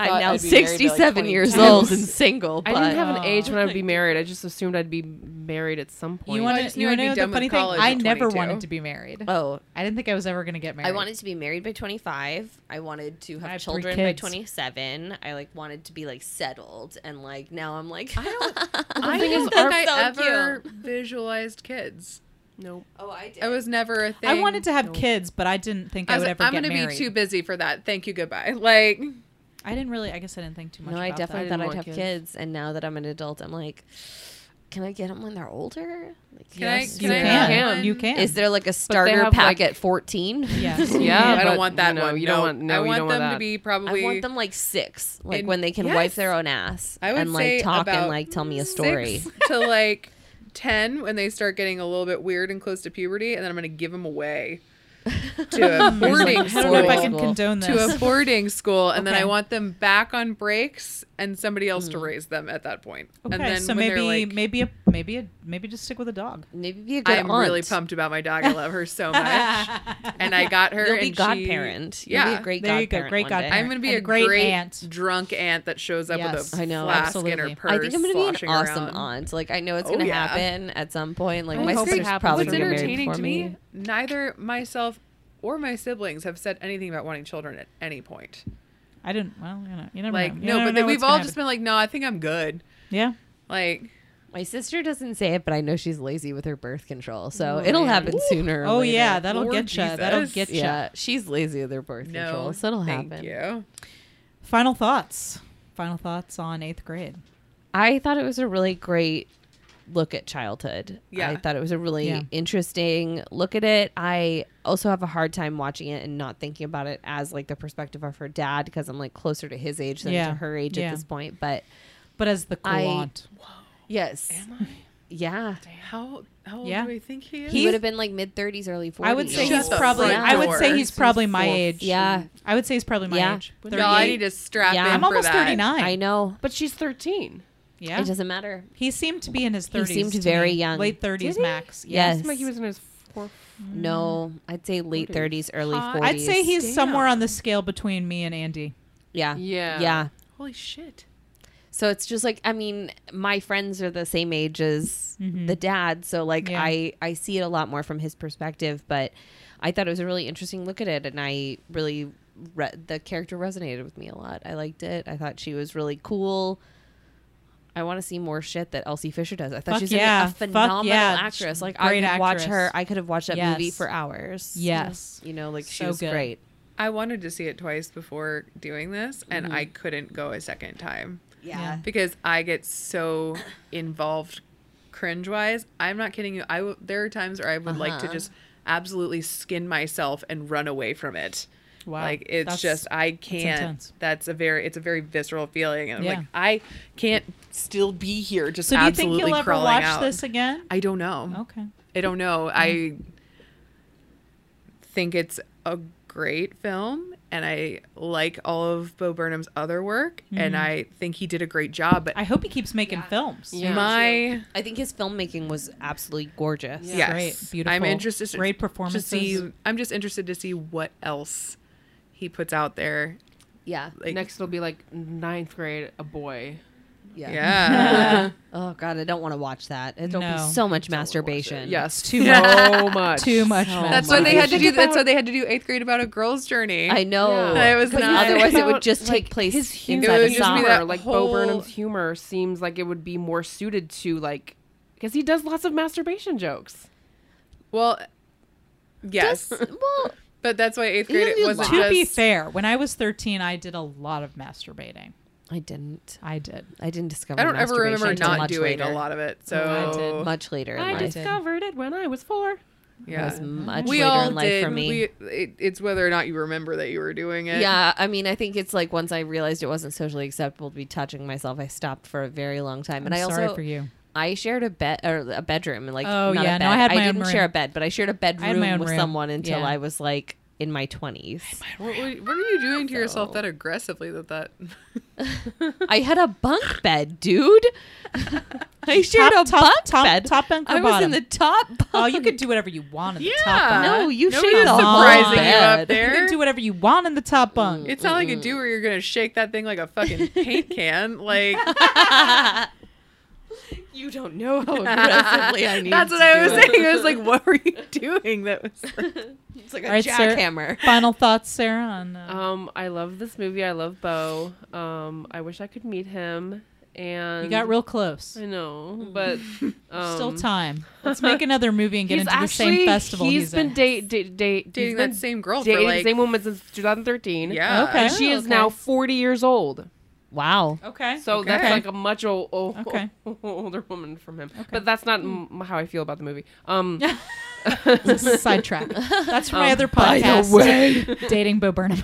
Speaker 1: I'm
Speaker 4: Thought
Speaker 1: now
Speaker 4: I'd be married by, like,
Speaker 1: 67 years
Speaker 4: 22.
Speaker 1: old and single.
Speaker 3: I
Speaker 1: But um,
Speaker 3: didn't have an
Speaker 2: Aw.
Speaker 3: age when I would be married. I just assumed I'd be married at some point.
Speaker 2: You
Speaker 4: wanna-
Speaker 2: want
Speaker 4: I
Speaker 2: to?
Speaker 4: just
Speaker 2: You
Speaker 4: knew I'd
Speaker 2: want to
Speaker 4: be
Speaker 2: know the
Speaker 4: done with
Speaker 2: funny thing?
Speaker 4: college
Speaker 2: I
Speaker 4: at
Speaker 2: never
Speaker 4: 22.
Speaker 2: wanted to be married.
Speaker 1: oh,
Speaker 2: I didn't think I was ever going to get married.
Speaker 1: I wanted to be married by 25. I wanted to have
Speaker 2: I have three
Speaker 1: children by
Speaker 2: kids.
Speaker 1: 27. I like wanted to be like settled and like now I'm like I
Speaker 4: I
Speaker 1: think
Speaker 4: don't
Speaker 1: it's-
Speaker 4: think I
Speaker 1: that's so
Speaker 4: ever visualized kids.
Speaker 3: nope.
Speaker 1: oh I did.
Speaker 4: I was never a thing.
Speaker 2: I wanted to have kids, but I didn't think I,
Speaker 4: I was
Speaker 2: would
Speaker 4: like,
Speaker 2: ever
Speaker 4: I'm
Speaker 2: get
Speaker 4: gonna
Speaker 2: married.
Speaker 4: be too busy for that. Thank you. Goodbye. Like,
Speaker 2: I didn't really. I guess I didn't think too much.
Speaker 1: no, I
Speaker 2: about
Speaker 1: definitely
Speaker 3: I
Speaker 1: thought
Speaker 3: didn't
Speaker 1: I'd
Speaker 3: want
Speaker 1: have kids.
Speaker 3: kids.
Speaker 1: and now that I'm an adult I'm like can I get them when they're older? Like,
Speaker 4: can I?
Speaker 2: that.
Speaker 4: Can
Speaker 2: You
Speaker 4: I
Speaker 2: can.
Speaker 4: have
Speaker 3: can.
Speaker 4: one?
Speaker 2: You can.
Speaker 1: Is there like a starter
Speaker 3: have,
Speaker 1: pack
Speaker 3: like-
Speaker 1: at 14?
Speaker 2: Yes. you
Speaker 3: Yeah,
Speaker 2: can.
Speaker 4: I don't
Speaker 3: But
Speaker 4: want that
Speaker 3: no,
Speaker 4: one.
Speaker 3: you don't
Speaker 4: No.
Speaker 3: want- no,
Speaker 4: I
Speaker 3: you
Speaker 4: want
Speaker 3: don't want
Speaker 4: them
Speaker 3: that.
Speaker 4: to be probably.
Speaker 1: I want them like 6, like
Speaker 4: In-
Speaker 1: when they can wipe
Speaker 4: Yes.
Speaker 1: their own ass
Speaker 4: I would
Speaker 1: and like
Speaker 4: say
Speaker 1: talk and
Speaker 4: about
Speaker 1: like tell me a
Speaker 4: six
Speaker 1: story.
Speaker 4: to like ten when they start getting a little bit weird and close to puberty, and then I'm gonna give them away to a boarding
Speaker 2: I don't know if I
Speaker 4: school.
Speaker 2: can
Speaker 1: Cool.
Speaker 2: condone this.
Speaker 4: To a boarding school, and
Speaker 2: Okay.
Speaker 4: then I want them back on breaks and somebody else
Speaker 1: Hmm.
Speaker 4: to raise them at that point.
Speaker 2: okay,
Speaker 4: and then
Speaker 2: so
Speaker 4: when they're,
Speaker 2: maybe,
Speaker 4: like,
Speaker 2: maybe, a, maybe, a, maybe just stick with a dog.
Speaker 1: Maybe be a good
Speaker 4: I'm really
Speaker 1: aunt.
Speaker 4: pumped about my dog. I love her so much, and I got her.
Speaker 1: You'll
Speaker 4: and
Speaker 1: be
Speaker 4: she-
Speaker 1: godparent. You'll be
Speaker 4: yeah.
Speaker 1: a great
Speaker 2: There you go,
Speaker 1: godparent.
Speaker 2: great
Speaker 1: one day.
Speaker 2: godparent.
Speaker 4: I'm gonna be
Speaker 2: And
Speaker 4: a
Speaker 2: great
Speaker 4: great,
Speaker 2: aunt.
Speaker 4: drunk aunt that shows up
Speaker 2: Yes.
Speaker 4: with a
Speaker 1: I know,
Speaker 4: flask in
Speaker 2: absolutely.
Speaker 4: her purse.
Speaker 1: I think I'm gonna be an
Speaker 4: sloshing
Speaker 1: awesome
Speaker 4: around.
Speaker 1: aunt. Like I know it's
Speaker 4: Oh,
Speaker 1: gonna
Speaker 4: yeah.
Speaker 1: happen at some point. Like
Speaker 3: I
Speaker 1: my
Speaker 3: hope it
Speaker 1: sister's
Speaker 3: happens
Speaker 1: probably
Speaker 4: What's
Speaker 1: gonna
Speaker 3: when
Speaker 1: get
Speaker 3: you're
Speaker 1: married
Speaker 4: entertaining
Speaker 1: before
Speaker 4: to
Speaker 1: me.
Speaker 4: me, neither myself or my siblings have said anything about wanting children at any point.
Speaker 2: I didn't. Well, you know, you never
Speaker 4: Like
Speaker 2: know. You
Speaker 4: no,
Speaker 2: never
Speaker 4: but
Speaker 2: know
Speaker 4: then
Speaker 2: what's
Speaker 4: we've
Speaker 2: gonna
Speaker 4: all just
Speaker 2: happen.
Speaker 4: been like, no, I think I'm good.
Speaker 2: Yeah.
Speaker 4: Like
Speaker 1: My sister doesn't say it, but I know she's lazy with her birth control, so it'll happen sooner. Or
Speaker 2: Oh
Speaker 1: later.
Speaker 2: yeah, that'll
Speaker 4: Lord
Speaker 2: get you. That'll
Speaker 4: Jesus.
Speaker 2: get you.
Speaker 1: yeah. She's lazy with her birth
Speaker 4: no,
Speaker 1: control, so it'll
Speaker 4: thank
Speaker 1: happen.
Speaker 4: you.
Speaker 2: Final thoughts. Final thoughts on eighth grade.
Speaker 1: I thought it was a really great look at childhood.
Speaker 4: Yeah.
Speaker 1: I thought it was a really
Speaker 2: Yeah.
Speaker 1: interesting look at it. I also have a hard time watching it and not thinking about it as like the perspective of her dad because I'm like closer to his age than
Speaker 2: Yeah.
Speaker 1: to her age
Speaker 2: Yeah.
Speaker 1: at this point. But
Speaker 2: But as the cool
Speaker 1: I-
Speaker 2: aunt,
Speaker 1: yes, yeah,
Speaker 4: How how old
Speaker 2: Yeah.
Speaker 4: do we think he is?
Speaker 1: he, would have been like mid 30s, early 40s.
Speaker 2: I would say
Speaker 4: Shut
Speaker 2: he's
Speaker 4: the
Speaker 2: probably.
Speaker 4: front
Speaker 2: I would say
Speaker 4: door.
Speaker 2: he's probably my
Speaker 3: Four-
Speaker 2: age.
Speaker 1: Yeah.
Speaker 2: I would say he's probably my
Speaker 1: Yeah.
Speaker 2: age.
Speaker 1: No,
Speaker 4: no, I
Speaker 2: 38.
Speaker 4: need to strap
Speaker 1: Yeah.
Speaker 4: in.
Speaker 2: I'm
Speaker 4: for
Speaker 2: almost
Speaker 4: that.
Speaker 2: thirty nine.
Speaker 1: I know.
Speaker 3: But she's 13.
Speaker 2: Yeah.
Speaker 1: It doesn't matter.
Speaker 2: He seemed to be in his thirties.
Speaker 1: seemed very young.
Speaker 2: late thirties
Speaker 3: Did he?
Speaker 2: max.
Speaker 1: Yes.
Speaker 3: Seemed like he was in his four.
Speaker 2: Mm-hmm.
Speaker 1: No, I'd say late 30s, early 40s.
Speaker 2: Uh, I'd say he's
Speaker 3: Damn.
Speaker 2: somewhere on the scale between me and Andy.
Speaker 1: Yeah.
Speaker 3: Yeah.
Speaker 1: Yeah.
Speaker 4: Holy shit!
Speaker 1: So it's just like I mean, my friends are the same age as the dad, so like
Speaker 2: Mm-hmm. Yeah.
Speaker 1: I I see it a lot more from his perspective, but I thought it was a really interesting look at it and I really re- the character resonated with me a lot. I liked it. I thought she was really cool. I want to see more shit that Elsie Fisher does. I thought
Speaker 2: Fuck
Speaker 1: she's
Speaker 2: yeah.
Speaker 1: a
Speaker 2: Fuck
Speaker 1: phenomenal
Speaker 2: yeah.
Speaker 1: actress. Like
Speaker 2: Great
Speaker 1: I could watch
Speaker 2: actress.
Speaker 1: her. I could have watched that
Speaker 2: Yes.
Speaker 1: movie for hours.
Speaker 2: Yes.
Speaker 1: You know, like she
Speaker 2: So
Speaker 1: was
Speaker 2: good.
Speaker 1: great.
Speaker 2: Mm-hmm.
Speaker 4: I wanted to see it twice before doing this, and I couldn't go a second time.
Speaker 1: Yeah.
Speaker 4: because I get so involved cringe wise. I'm not kidding you. I w- there are times where I would like to
Speaker 1: Uh-huh.
Speaker 4: just absolutely skin myself and run away from it.
Speaker 2: Wow.
Speaker 4: Like it's
Speaker 2: That's-
Speaker 4: just I can't.
Speaker 2: intense.
Speaker 4: That's, a very it's a very visceral feeling, and I'm
Speaker 2: Yeah.
Speaker 4: like I can't still be here. Just
Speaker 2: So do you think
Speaker 4: absolutely
Speaker 2: you'll ever
Speaker 4: crawling
Speaker 2: watch
Speaker 4: out.
Speaker 2: this again?
Speaker 4: I don't know.
Speaker 2: Okay. Mm-hmm.
Speaker 4: I don't know. I think it's a great film and I like all of Bo Burnham's other work and
Speaker 2: Mm-hmm.
Speaker 4: I think he did a great job but
Speaker 2: I hope he keeps making films.
Speaker 3: Yeah.
Speaker 4: my
Speaker 1: I think his filmmaking was absolutely gorgeous.
Speaker 3: Yeah.
Speaker 4: yes,
Speaker 2: Great, beautiful,
Speaker 4: I'm interested to-
Speaker 2: great
Speaker 4: to
Speaker 2: performances.
Speaker 4: see I'm just interested to see what else he puts out there.
Speaker 1: Yeah.
Speaker 4: Like
Speaker 3: Next, it'll be like ninth grade, a boy.
Speaker 1: Yeah.
Speaker 4: yeah.
Speaker 1: Oh god, I don't want to watch that. It'll
Speaker 2: No.
Speaker 1: be so much masturbation.
Speaker 3: Yes,
Speaker 2: too
Speaker 3: so much.
Speaker 2: Too much.
Speaker 4: that's why
Speaker 2: what
Speaker 4: they had to do that's why they had to do 8th grade about a girl's journey.
Speaker 1: I know.
Speaker 4: That was
Speaker 1: But
Speaker 4: not-
Speaker 1: otherwise it would
Speaker 3: About,
Speaker 1: just
Speaker 3: like,
Speaker 1: take place
Speaker 3: his
Speaker 1: inside
Speaker 4: It would
Speaker 1: a
Speaker 4: just be
Speaker 1: song.
Speaker 4: that
Speaker 3: like
Speaker 4: whole-
Speaker 3: Bo Burnham's humor seems like it would be more suited to like because he does lots of masturbation jokes.
Speaker 4: well yes.
Speaker 1: Just- well,
Speaker 4: but that's why 8th
Speaker 1: Even
Speaker 4: grade
Speaker 1: if you
Speaker 4: wasn't
Speaker 2: To
Speaker 4: just
Speaker 2: be fair, when I was 13, I did a lot of masturbating.
Speaker 1: I didn't.
Speaker 2: I did.
Speaker 1: I didn't discover.
Speaker 4: I don't ever remember
Speaker 1: masturbation until
Speaker 4: not
Speaker 1: much
Speaker 4: doing
Speaker 1: later. Oh,
Speaker 4: a lot of it. So
Speaker 2: I did.
Speaker 1: Much later in
Speaker 3: I
Speaker 1: life.
Speaker 3: discovered it when I was four.
Speaker 1: It
Speaker 4: Yeah.
Speaker 1: was much
Speaker 4: we
Speaker 1: later
Speaker 4: all
Speaker 1: in life
Speaker 4: did.
Speaker 1: for me.
Speaker 4: We, it, it's whether or not you remember that you were doing it.
Speaker 1: yeah, I mean, I think it's like once I realized it wasn't socially acceptable to be touching myself, I stopped for a very long time. And
Speaker 2: I'm
Speaker 1: I also
Speaker 2: sorry for you.
Speaker 1: I shared a bed or a bedroom, like
Speaker 2: Oh,
Speaker 1: not
Speaker 2: yeah,
Speaker 1: a bed.
Speaker 2: no, I had my own
Speaker 1: didn't share
Speaker 2: room.
Speaker 1: a bed, but I shared a
Speaker 2: had my
Speaker 1: bedroom
Speaker 2: own
Speaker 1: with
Speaker 2: room.
Speaker 1: someone until
Speaker 2: Yeah.
Speaker 1: I was like in my twenties.
Speaker 4: What, what, what are you doing to yourself that aggressively? That that.
Speaker 1: I had a bunk bed, dude. I shared
Speaker 2: Top-
Speaker 1: a
Speaker 2: top-
Speaker 1: bunk
Speaker 2: top-
Speaker 1: bed.
Speaker 2: top bunk or
Speaker 1: I was
Speaker 2: bottom?
Speaker 1: in the top bunk.
Speaker 2: Oh, you could do whatever you want in the top
Speaker 4: Yeah.
Speaker 2: bunk.
Speaker 1: No, you
Speaker 4: Nobody's
Speaker 1: shared a whole
Speaker 4: surprising you
Speaker 1: bed.
Speaker 4: up
Speaker 2: You
Speaker 4: there.
Speaker 2: can do whatever you want in the top bunk.
Speaker 4: It's not like a do where you're gonna shake that thing like a fucking paint can. Like
Speaker 1: You don't know how aggressively I need.
Speaker 4: that's what I was saying. I was like, what were you doing? That was.
Speaker 1: It's like a
Speaker 2: All right, Sarah.
Speaker 1: jackhammer.
Speaker 2: Final thoughts, Sarah, on uh,
Speaker 3: Um, I love this movie. I love Bo. Um, I wish I could meet him. And
Speaker 2: You got real close.
Speaker 3: I
Speaker 2: Mm.
Speaker 3: know, but um,
Speaker 2: Still time. Let's make another movie and get
Speaker 3: he's
Speaker 2: into the
Speaker 3: actually-
Speaker 2: same festival
Speaker 3: he's been
Speaker 2: in.
Speaker 3: date, date, date,
Speaker 4: Dating
Speaker 3: he's
Speaker 4: that
Speaker 3: been
Speaker 4: same girl for,
Speaker 3: dating
Speaker 4: like-
Speaker 3: the same woman since 2013.
Speaker 4: Yeah.
Speaker 2: Okay.
Speaker 3: And she
Speaker 2: Oh,
Speaker 3: is
Speaker 2: okay.
Speaker 3: now 40 years old.
Speaker 1: Wow.
Speaker 2: okay.
Speaker 3: So that's
Speaker 4: Okay.
Speaker 3: like a much old, old,
Speaker 2: Okay. Hmm.
Speaker 3: older woman from him. But that's not m- how I feel about the movie. Um,
Speaker 2: This is a sidetrack. That's my other podcast. dating Bo Burnham.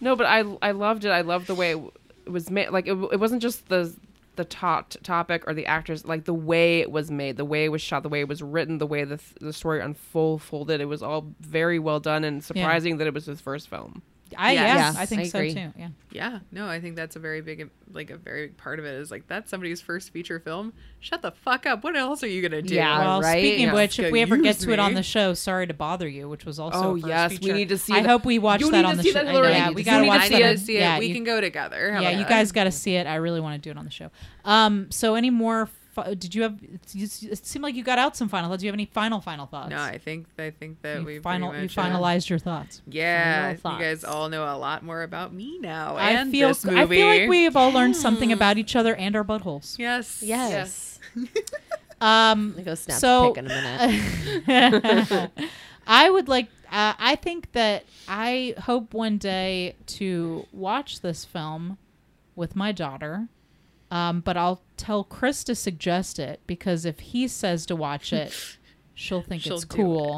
Speaker 3: no, but I I loved it. I loved the way it w- it was made. Like it, w- it wasn't just the the top topic or the actors. Like the way it was made, the way it was shot, the way it was written, the way the th- the story unfolded. It was all very well done and surprising that it was his first film.
Speaker 2: I yeah,
Speaker 1: Yeah.
Speaker 2: I think
Speaker 1: I
Speaker 2: so
Speaker 1: agree.
Speaker 2: too. Yeah.
Speaker 4: Yeah. No, I think that's a very big, like a very big part of it is like that's somebody's first feature film. Shut the fuck up. What else are you gonna do?
Speaker 1: Yeah.
Speaker 2: Well,
Speaker 1: right?
Speaker 2: speaking of
Speaker 4: Yeah.
Speaker 2: which, if we ever get
Speaker 4: Excuse
Speaker 2: to it on
Speaker 4: me.
Speaker 2: the show, sorry to bother you, which was also
Speaker 3: Oh,
Speaker 2: a first
Speaker 3: yes, we
Speaker 2: feature.
Speaker 3: need to see
Speaker 2: I
Speaker 3: that-
Speaker 2: hope we watch
Speaker 3: You
Speaker 2: that
Speaker 3: need
Speaker 2: on
Speaker 3: to
Speaker 2: the
Speaker 3: see
Speaker 2: show.
Speaker 3: that, Hillary.
Speaker 2: Yeah,
Speaker 3: You
Speaker 2: we
Speaker 3: need
Speaker 2: gotta
Speaker 3: to
Speaker 2: watch
Speaker 4: I
Speaker 2: that.
Speaker 4: need
Speaker 2: on-
Speaker 4: to see it.
Speaker 2: yeah,
Speaker 4: we
Speaker 2: you-
Speaker 4: can go together. How
Speaker 2: yeah,
Speaker 4: about
Speaker 2: you
Speaker 4: that?
Speaker 2: guys got to see it. I really want to do it on the show. Um, so any more? Fi- did you have? You, it seemed like you got out some final thoughts. Do you have any final final thoughts?
Speaker 4: No, I think I think that
Speaker 2: you
Speaker 4: we
Speaker 2: final.
Speaker 4: pretty
Speaker 2: You
Speaker 4: much, uh,
Speaker 2: finalized your thoughts.
Speaker 4: Yeah,
Speaker 1: Final
Speaker 4: you guys
Speaker 1: thoughts.
Speaker 4: all know a lot more about me now.
Speaker 2: I
Speaker 4: and
Speaker 2: feel.
Speaker 4: this movie.
Speaker 2: I feel like we have all learned something about each other and our buttholes.
Speaker 4: Yes.
Speaker 1: Yes.
Speaker 2: Um,
Speaker 1: I'm gonna go snap
Speaker 2: So-
Speaker 1: a pic in a minute.
Speaker 2: I would like. Uh, I think that I hope one day to watch this film with my daughter. Um, but I'll tell Chris to suggest it because if he says to watch it, she'll think
Speaker 4: She'll
Speaker 2: it's
Speaker 4: do
Speaker 2: cool.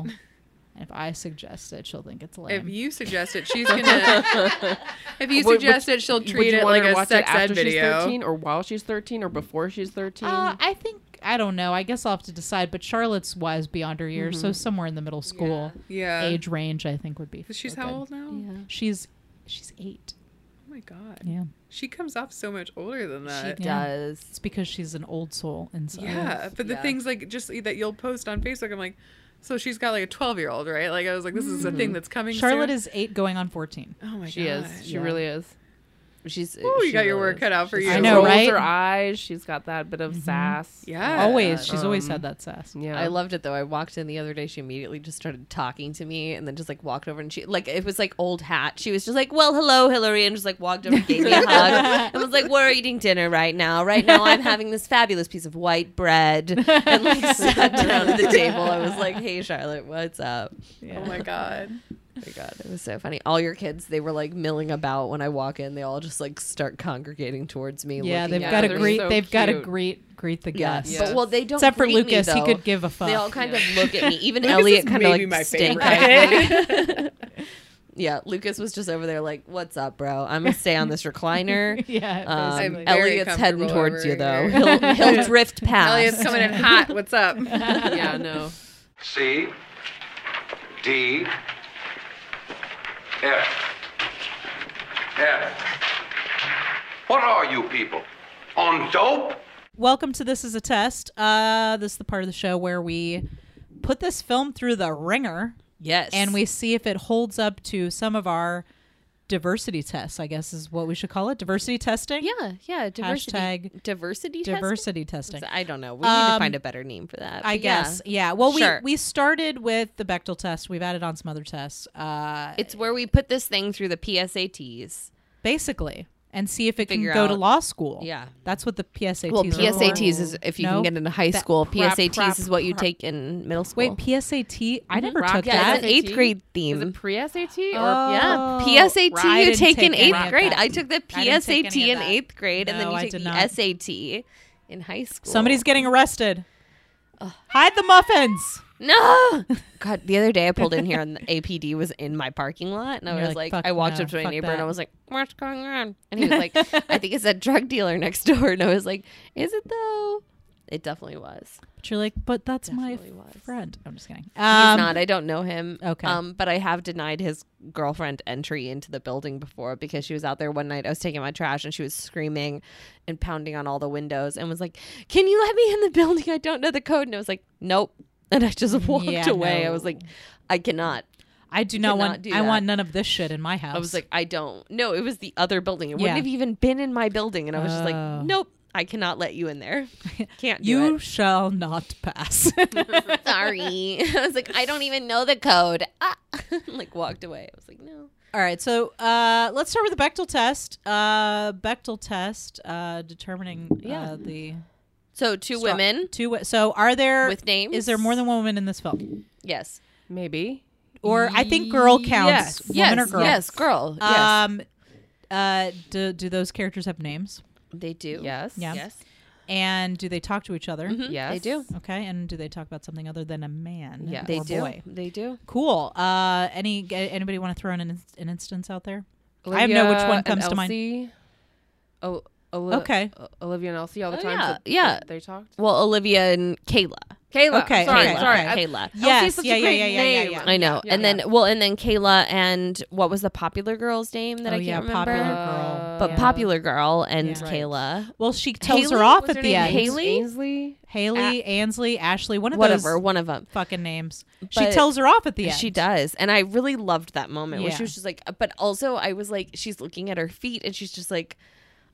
Speaker 2: And if I suggest it, she'll think it's
Speaker 4: If
Speaker 2: lame.
Speaker 4: you suggest it, she's gonna. if you
Speaker 3: Would- would-
Speaker 4: suggest it, she'll treat
Speaker 3: Would you
Speaker 4: it
Speaker 3: want
Speaker 4: like
Speaker 3: her
Speaker 4: a
Speaker 3: to watch
Speaker 4: sex
Speaker 3: it
Speaker 4: ed
Speaker 3: after she's
Speaker 4: video.
Speaker 3: 13 or while she's 13 or before she's 13?
Speaker 2: Uh, I think I don't know. I guess I'll have to decide. But Charlotte's wise beyond her years, so somewhere in the middle school
Speaker 4: Yeah.
Speaker 2: age range, I think would be.
Speaker 4: She's
Speaker 2: good.
Speaker 4: how old now?
Speaker 2: She's she's eight.
Speaker 4: Oh my god.
Speaker 2: Yeah.
Speaker 4: She comes off so much older than that.
Speaker 1: She
Speaker 2: Yeah.
Speaker 1: does.
Speaker 2: It's because she's an old soul inside.
Speaker 4: yeah. But the things like just that you'll post on Facebook, I'm like, so she's got like a 12 year old, right? Like I was like, this is a thing that's coming.
Speaker 2: Charlotte
Speaker 4: soon.
Speaker 2: is eight going on 14.
Speaker 4: Oh my
Speaker 3: Mm-hmm. she
Speaker 4: god.
Speaker 3: is. She really is.
Speaker 1: She's.
Speaker 4: Oh,
Speaker 1: she
Speaker 4: you got your
Speaker 1: really
Speaker 4: work
Speaker 1: is.
Speaker 4: cut out for you.
Speaker 2: I know,
Speaker 3: rolls
Speaker 2: right? Mm-hmm.
Speaker 3: her eyes. She's got that bit of sass.
Speaker 4: Yeah.
Speaker 2: Always. She's always had that sass.
Speaker 3: Yeah.
Speaker 1: I loved it though. I walked in the other day. She immediately just started talking to me, and then just like walked over and she like it was like old hat. She was just like, "Well, hello, Hillary," and just like walked over, and gave me a hug, and was like, "We're eating dinner right now. Right now, I'm having this fabulous piece of white bread," and like sat down at the table. I was like, "Hey, Charlotte, what's up?"
Speaker 4: Oh my god.
Speaker 1: my god, it was so funny. All your kids, they were like milling about when I walk in. They all just like start congregating towards me.
Speaker 2: yeah,
Speaker 1: looking
Speaker 2: they've
Speaker 1: at
Speaker 2: got
Speaker 1: me.
Speaker 2: to
Speaker 3: they're
Speaker 2: greet.
Speaker 3: so
Speaker 2: they've got to
Speaker 3: cute.
Speaker 2: greet greet the
Speaker 1: Yeah,
Speaker 2: guests.
Speaker 1: but well, they don't.
Speaker 2: Except for
Speaker 1: greet me,
Speaker 2: Lucas, he
Speaker 1: though.
Speaker 2: could give a fuck.
Speaker 1: They all kind of look at me. Even
Speaker 4: Lucas is
Speaker 1: Elliot kind of
Speaker 4: maybe
Speaker 1: like
Speaker 4: my
Speaker 1: stink. eye. yeah, Lucas was just over there like, "What's up, bro? I'm gonna stay on this recliner."
Speaker 2: yeah,
Speaker 1: Um,
Speaker 2: basically.
Speaker 4: very
Speaker 1: Elliot's heading
Speaker 4: comfortable
Speaker 1: towards
Speaker 4: over
Speaker 1: you though.
Speaker 4: here.
Speaker 1: He'll, he'll drift past.
Speaker 4: Elliot's coming in hot. What's up?
Speaker 3: yeah, no.
Speaker 5: C, D, F, F. What are you people? On dope?
Speaker 2: Welcome to This is a Test. Uh, this is the part of the show where we put this film through the ringer
Speaker 1: yes,
Speaker 2: and we see if it holds up to some of our diversity tests, I guess is what we should call it. Diversity testing?
Speaker 1: yeah yeah diversity
Speaker 2: Hashtag
Speaker 1: diversity testing?
Speaker 2: Diversity testing.
Speaker 1: I don't know. We need to
Speaker 2: Um,
Speaker 1: find a better name for that.
Speaker 2: I
Speaker 1: But yeah.
Speaker 2: guess. Yeah. Well,
Speaker 1: Sure.
Speaker 2: we, we started with the Bechtel test. We've added on some other tests, uh,
Speaker 1: It's where we put this thing through the PSATs.
Speaker 2: basically, and see if it can
Speaker 1: Figure
Speaker 2: go to
Speaker 1: out-
Speaker 2: law school.
Speaker 1: Yeah.
Speaker 2: That's what the PSATs
Speaker 1: Well,
Speaker 2: are for.
Speaker 1: PSATs is if you can
Speaker 2: No?
Speaker 1: get into high
Speaker 2: Oh. That
Speaker 1: school.
Speaker 2: prep,
Speaker 1: PSATs
Speaker 2: prep,
Speaker 1: is what you
Speaker 2: prep.
Speaker 1: take in middle school.
Speaker 2: Wait, PSAT? I never
Speaker 3: Rock
Speaker 2: took
Speaker 3: it.
Speaker 1: yeah,
Speaker 2: that.
Speaker 1: it's an eighth
Speaker 3: SAT?
Speaker 1: grade
Speaker 3: Is it
Speaker 1: theme.
Speaker 3: pre SAT or
Speaker 1: yeah,
Speaker 2: Oh.
Speaker 1: PSAT
Speaker 2: Right, I
Speaker 1: you
Speaker 2: didn't
Speaker 1: take in
Speaker 2: any
Speaker 1: eighth
Speaker 2: of
Speaker 1: grade.
Speaker 2: that.
Speaker 1: I took the
Speaker 2: I didn't take
Speaker 1: PSAT
Speaker 2: any of
Speaker 1: in
Speaker 2: that.
Speaker 1: eighth grade, and then
Speaker 2: No,
Speaker 1: you
Speaker 2: I
Speaker 1: take
Speaker 2: did
Speaker 1: the
Speaker 2: not.
Speaker 1: SAT in high school.
Speaker 2: Somebody's getting arrested. Hide the muffins.
Speaker 1: no. God, the other day I pulled in here and the APD was in my parking lot, and I
Speaker 2: And you're
Speaker 1: was
Speaker 2: like,
Speaker 1: like,
Speaker 2: "Fuck
Speaker 1: I walked
Speaker 2: no,
Speaker 1: up to my
Speaker 2: fuck
Speaker 1: neighbor and
Speaker 2: that.
Speaker 1: I was like, "What's going on?" And he was like, "I think it's that drug dealer next door." And I was like, "Is it though?" It definitely was.
Speaker 2: But you're like, but that's my
Speaker 1: Definitely was.
Speaker 2: friend. I'm just kidding.
Speaker 1: He's
Speaker 2: Um,
Speaker 1: not. I don't know him.
Speaker 2: okay.
Speaker 1: Um, but I have denied his girlfriend entry into the building before because she was out there one night. I was taking my trash and she was screaming and pounding on all the windows and was like, "Can you let me in the building? I don't know the code." And I was like, "Nope." And I just walked
Speaker 2: Yeah,
Speaker 1: away. I was
Speaker 2: no.
Speaker 1: like, "I cannot."
Speaker 2: I do not
Speaker 1: cannot
Speaker 2: want.
Speaker 1: do
Speaker 2: I
Speaker 1: that.
Speaker 2: want none of this shit in my house.
Speaker 1: I was like, "I don't." No, it was the other building. It
Speaker 2: Yeah.
Speaker 1: wouldn't have even been in my building. And I was just
Speaker 2: Oh.
Speaker 1: like, "Nope." I cannot let you in there. Can't do
Speaker 2: you
Speaker 1: it.
Speaker 2: shall not pass.
Speaker 1: Sorry. I was like, I don't even know the code. Ah. like walked away. I was like, no.
Speaker 2: All right, so uh, let's start with the Bechtel test. Uh, Bechtel test uh, determining
Speaker 1: Yeah.
Speaker 2: uh, the
Speaker 1: So two
Speaker 2: straw-
Speaker 1: women.
Speaker 2: Two. wo- So are there
Speaker 1: With names?
Speaker 2: Is there more than one woman in this film?
Speaker 1: Yes.
Speaker 3: maybe?
Speaker 2: Or I think girl counts.
Speaker 1: Yes.
Speaker 2: Woman
Speaker 1: yes.
Speaker 2: or girl.
Speaker 1: Yes. Girl. Yes.
Speaker 2: Um, uh, do do those characters have names?
Speaker 1: they do.
Speaker 3: Yes.
Speaker 2: Yeah.
Speaker 3: Yes.
Speaker 2: And do they talk to each other?
Speaker 3: Yes.
Speaker 1: They do.
Speaker 2: Okay, and do they talk about something other than a man?
Speaker 3: Yeah.
Speaker 1: They
Speaker 2: or
Speaker 1: do.
Speaker 2: Oh, Boy?
Speaker 1: They do.
Speaker 2: Cool. Uh, any g- anybody want to throw in an, ins- an instance out there? I have no which one comes to mind.
Speaker 3: Oh, Oli-
Speaker 2: Okay.
Speaker 3: O- Olivia and Elsie all the
Speaker 1: Oh,
Speaker 3: time.
Speaker 1: yeah,
Speaker 3: so
Speaker 1: yeah.
Speaker 3: They talked.
Speaker 1: Well, Olivia and Kayla.
Speaker 3: Kayla.
Speaker 2: Okay,
Speaker 3: Sorry.
Speaker 2: okay,
Speaker 3: Sorry.
Speaker 2: okay.
Speaker 3: I-
Speaker 1: Kayla.
Speaker 2: Yes.
Speaker 3: such a
Speaker 2: yeah, yeah,
Speaker 3: great
Speaker 2: yeah, yeah, yeah,
Speaker 3: name.
Speaker 2: yeah.
Speaker 1: I know. and then well, and then Kayla and what was the popular girl's name that
Speaker 2: oh
Speaker 1: I
Speaker 2: yeah,
Speaker 1: can't remember?
Speaker 2: popular girl.
Speaker 1: But
Speaker 3: Yeah.
Speaker 1: popular girl and
Speaker 2: Yeah. Right.
Speaker 1: Kayla.
Speaker 2: Well, she tells her
Speaker 1: Haley?
Speaker 2: off
Speaker 3: What's
Speaker 2: at
Speaker 3: her
Speaker 2: the
Speaker 3: name?
Speaker 2: end.
Speaker 1: Haley?
Speaker 3: Ainsley.
Speaker 2: Haley, Ansley, Ashley, one of
Speaker 1: Whatever,
Speaker 2: those
Speaker 1: one of them.
Speaker 2: fucking names. She
Speaker 1: But-
Speaker 2: tells her off at the end.
Speaker 1: She does. And I really loved that moment where
Speaker 2: Yeah.
Speaker 1: she was just like, but also I was like, she's looking at her feet and she's just like,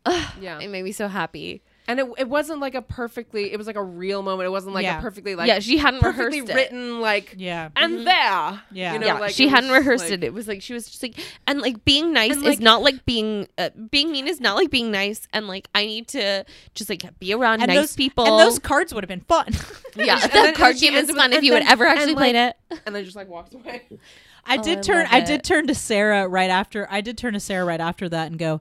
Speaker 1: Ugh,
Speaker 3: Yeah.
Speaker 1: it made me so happy.
Speaker 3: And it, it wasn't like a perfectly. It was like a real moment. It wasn't like
Speaker 2: Yeah.
Speaker 3: a perfectly like.
Speaker 1: yeah, she hadn't
Speaker 3: perfectly
Speaker 1: rehearsed it.
Speaker 3: written like.
Speaker 2: Yeah.
Speaker 3: And there.
Speaker 2: Yeah.
Speaker 3: You know,
Speaker 1: yeah,
Speaker 3: like,
Speaker 1: she
Speaker 3: it
Speaker 1: hadn't
Speaker 3: was
Speaker 1: rehearsed
Speaker 3: like-
Speaker 1: it. It was like she was just like, and like being nice
Speaker 3: And,
Speaker 1: is
Speaker 3: like-
Speaker 1: not like being uh, being mean is not like being nice, and like I need to just like be around
Speaker 2: And
Speaker 1: nice
Speaker 2: those
Speaker 1: people.
Speaker 2: And those cards would have been fun.
Speaker 1: yeah,
Speaker 3: And then-
Speaker 1: that card
Speaker 3: and she
Speaker 1: game is
Speaker 3: ends
Speaker 1: fun
Speaker 3: with-
Speaker 1: if you had
Speaker 3: and
Speaker 1: ever
Speaker 3: then-
Speaker 1: actually
Speaker 3: and,
Speaker 1: played
Speaker 3: like-
Speaker 1: it.
Speaker 3: And then just like walked away.
Speaker 2: I
Speaker 1: Oh,
Speaker 2: did
Speaker 1: I
Speaker 2: turn.
Speaker 1: love
Speaker 2: I
Speaker 1: it.
Speaker 2: did turn to Sarah right after. I did turn to Sarah right after that and go,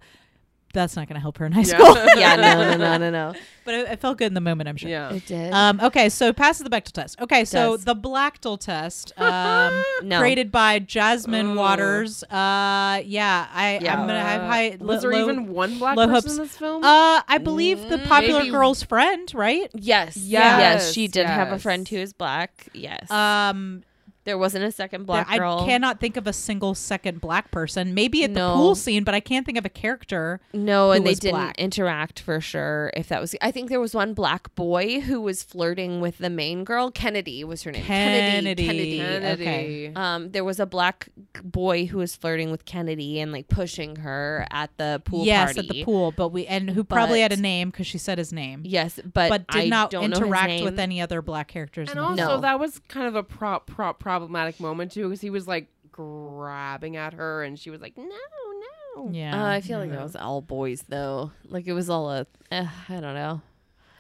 Speaker 2: "That's not going to help her in high school."
Speaker 1: yeah, no, no, no, no, no.
Speaker 2: but it, it felt good in the moment. I'm sure.
Speaker 3: Yeah.
Speaker 1: It did.
Speaker 2: Um, okay, so passes the Bechtel test. Okay, so
Speaker 1: Does.
Speaker 2: the Blacktel test, um,
Speaker 1: No.
Speaker 2: created by Jasmine Waters. Uh, yeah, I,
Speaker 1: Yeah.
Speaker 2: I'm gonna have high. lo-
Speaker 3: Was there
Speaker 2: low-
Speaker 3: even one black
Speaker 2: low
Speaker 3: person
Speaker 2: hopes.
Speaker 3: in this film?
Speaker 2: Uh, I believe
Speaker 1: Mm,
Speaker 2: the popular
Speaker 3: Maybe-
Speaker 2: girl's friend, right?
Speaker 1: yes,
Speaker 3: Yes,
Speaker 1: yes, she did have a
Speaker 3: yes.
Speaker 1: friend who is black. Yes,
Speaker 2: Um,
Speaker 1: there wasn't a second
Speaker 2: th-
Speaker 1: black
Speaker 2: I
Speaker 1: girl.
Speaker 2: cannot think of a single second black person. Maybe at
Speaker 1: No.
Speaker 2: the pool scene, but I can't think of a character.
Speaker 1: No,
Speaker 2: who
Speaker 1: and they
Speaker 2: was
Speaker 1: didn't
Speaker 2: black.
Speaker 1: interact for sure. If that was, I think there was one black boy who was flirting with the main girl. Kennedy was her name.
Speaker 2: Kennedy.
Speaker 1: Kennedy.
Speaker 3: Kennedy.
Speaker 2: okay.
Speaker 1: Um, there was a black boy who was flirting with Kennedy and like pushing her at the pool
Speaker 2: yes,
Speaker 1: party.
Speaker 2: at the pool, but we and who probably had a
Speaker 1: But-
Speaker 2: name because she said his name,
Speaker 1: Yes, but
Speaker 2: but did
Speaker 1: I
Speaker 2: not
Speaker 1: don't know his
Speaker 2: interact
Speaker 1: name.
Speaker 2: with any other black characters.
Speaker 3: And
Speaker 2: in the
Speaker 3: also,
Speaker 2: film.
Speaker 1: No.
Speaker 3: that was kind of a prop, prop problematic moment too, because he was like grabbing at her, and she was like, "No, no."
Speaker 2: yeah,
Speaker 1: Uh, I feel like
Speaker 2: Mm-hmm.
Speaker 1: that was all boys though. Like it was all a, eh, I don't know.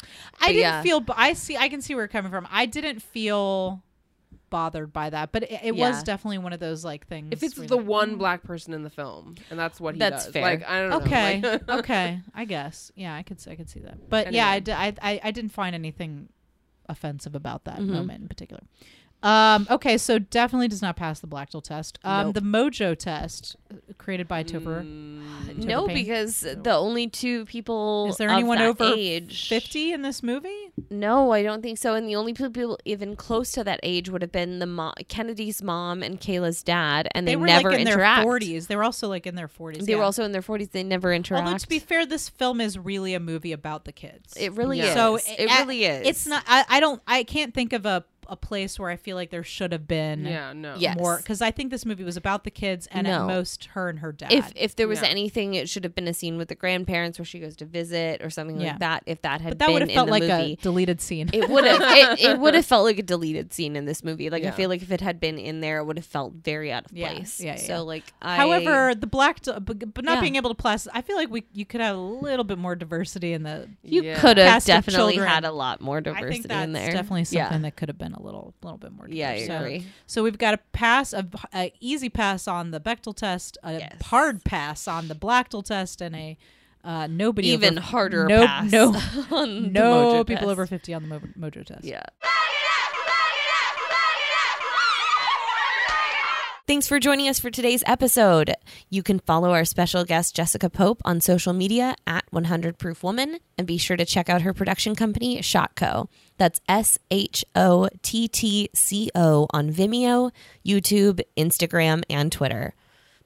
Speaker 2: I
Speaker 1: But
Speaker 2: didn't
Speaker 1: yeah.
Speaker 2: feel. b- I see. I can see where you're coming from. I didn't feel bothered by that, but it, it
Speaker 1: Yeah.
Speaker 2: was definitely one of those like things.
Speaker 3: If it's
Speaker 2: where
Speaker 3: the
Speaker 2: you're like,
Speaker 3: one black person in the film, and that's what he
Speaker 1: Mm-hmm. That's
Speaker 3: does.
Speaker 1: fair.
Speaker 3: Like I don't
Speaker 2: okay,
Speaker 3: know. like-
Speaker 2: okay, I guess. Yeah, I could s- I could see that. But yeah, I,
Speaker 3: Anyway.
Speaker 2: d- I, I- I didn't find anything offensive about that
Speaker 1: Mm-hmm.
Speaker 2: moment in particular. Um, okay, so definitely does not pass the Blackdale test. Um,
Speaker 1: Nope.
Speaker 2: The Mojo test uh, created by Topher.
Speaker 3: Mm,
Speaker 1: No,
Speaker 2: Payne?
Speaker 1: because the only two people
Speaker 2: Is there
Speaker 1: of
Speaker 2: anyone
Speaker 1: that
Speaker 2: over
Speaker 1: age
Speaker 2: 50 in this movie?
Speaker 1: No, I don't think so. And the only people even close to that age would have been the mo- Kennedy's mom and Kayla's dad, and they,
Speaker 2: were
Speaker 1: never
Speaker 2: like in
Speaker 1: interact.
Speaker 2: their 40s. They were also like in their 40s.
Speaker 1: They were
Speaker 2: yeah.
Speaker 1: also in their forties. They never interact.
Speaker 2: Although to be fair, this film is really a movie about the kids.
Speaker 1: it really
Speaker 3: Yeah.
Speaker 1: is.
Speaker 2: so
Speaker 1: it
Speaker 2: I-
Speaker 1: really is.
Speaker 2: It's not. I, I don't. I can't think of a a place where I feel like there should have been.
Speaker 3: Yeah. No.
Speaker 1: Yeah.
Speaker 2: More
Speaker 1: Yes.
Speaker 2: because I think this movie was about the kids and
Speaker 1: No.
Speaker 2: at most her and her dad.
Speaker 1: If if there was
Speaker 3: Yeah.
Speaker 1: anything, it should have been a scene with the grandparents where she goes to visit or something
Speaker 2: Yeah.
Speaker 1: like that. If that had
Speaker 2: but that
Speaker 1: been
Speaker 2: would have felt
Speaker 1: in
Speaker 2: like
Speaker 1: the
Speaker 2: a
Speaker 1: movie,
Speaker 2: deleted scene.
Speaker 1: it would have it, it would have felt like a deleted scene in this movie. Like I
Speaker 3: Yeah.
Speaker 1: feel like if it had been in there, it would have felt very out of
Speaker 2: Yeah.
Speaker 1: place.
Speaker 2: Yeah, yeah,
Speaker 1: So
Speaker 2: yeah.
Speaker 1: like, I,
Speaker 2: However, the black, d- but but not
Speaker 1: Yeah.
Speaker 2: being able to plus, I feel like we you could have a little bit more diversity in the.
Speaker 1: you
Speaker 3: Yeah.
Speaker 1: could have
Speaker 2: Cast of
Speaker 1: definitely
Speaker 2: children.
Speaker 1: had a lot more diversity
Speaker 2: I think that's
Speaker 1: in there.
Speaker 2: definitely
Speaker 1: Yeah.
Speaker 2: something that could have been a little, little bit more.
Speaker 1: Yeah, I
Speaker 2: diverse. So-
Speaker 1: agree.
Speaker 2: So we've got a pass, a, a easy pass on the Bechtel test, a
Speaker 1: Yes.
Speaker 2: hard pass on the Blacktel test, and a uh, nobody
Speaker 1: Even
Speaker 2: over-
Speaker 1: harder
Speaker 2: no,
Speaker 1: pass
Speaker 2: No,
Speaker 1: on the
Speaker 2: no
Speaker 1: Mojo
Speaker 2: people
Speaker 1: test.
Speaker 2: over fifty on the Mo- Mojo test.
Speaker 1: Yeah. Thanks for joining us for today's episode. You can follow our special guest Jessica Pope on social media at 100 Proof Woman and be sure to check out her production company Shotco. That's S H O T T C O on Vimeo, YouTube, Instagram, and Twitter.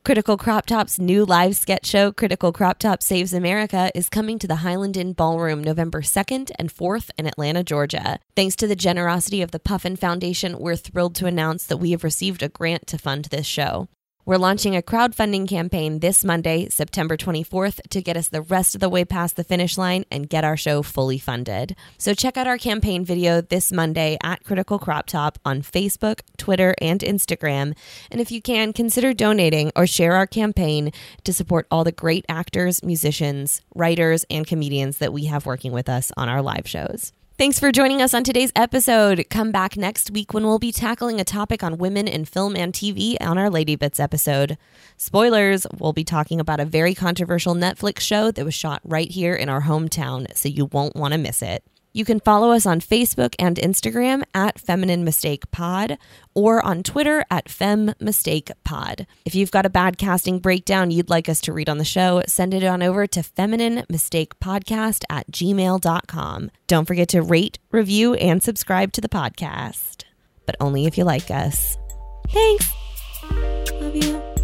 Speaker 1: Critical Crop Top's new live sketch show, Critical Crop Top Saves America, is coming to the Highland Inn Ballroom November 2nd and 4th in Atlanta, Georgia. Thanks to the generosity of the Puffin Foundation, we're thrilled to announce that we have received a grant to fund this show. We're launching a crowdfunding campaign this Monday, September 24th, to get us the rest of the way past the finish line and get our show fully funded. So check out our campaign video this Monday at Critical Crop Top on Facebook, Twitter, and Instagram. And if you can, consider donating or share our campaign to support all the great actors, musicians, writers, and comedians that we have working with us on our live shows. Thanks for joining us on today's episode. Come back next week when we'll be tackling a topic on women in film and TV on our Lady Bits episode. Spoilers, we'll be talking about a very controversial Netflix show that was shot right here in our hometown, so you won't want to miss it. You can follow us on Facebook and Instagram at Feminine Mistake Pod or on Twitter at Fem Mistake Pod. If you've got a bad casting breakdown you'd like us to read on the show, send it on over to Feminine Mistake Podcast at gmail.com. Don't forget to rate, review, and subscribe to the podcast, but only if you like us. Thanks. Love you.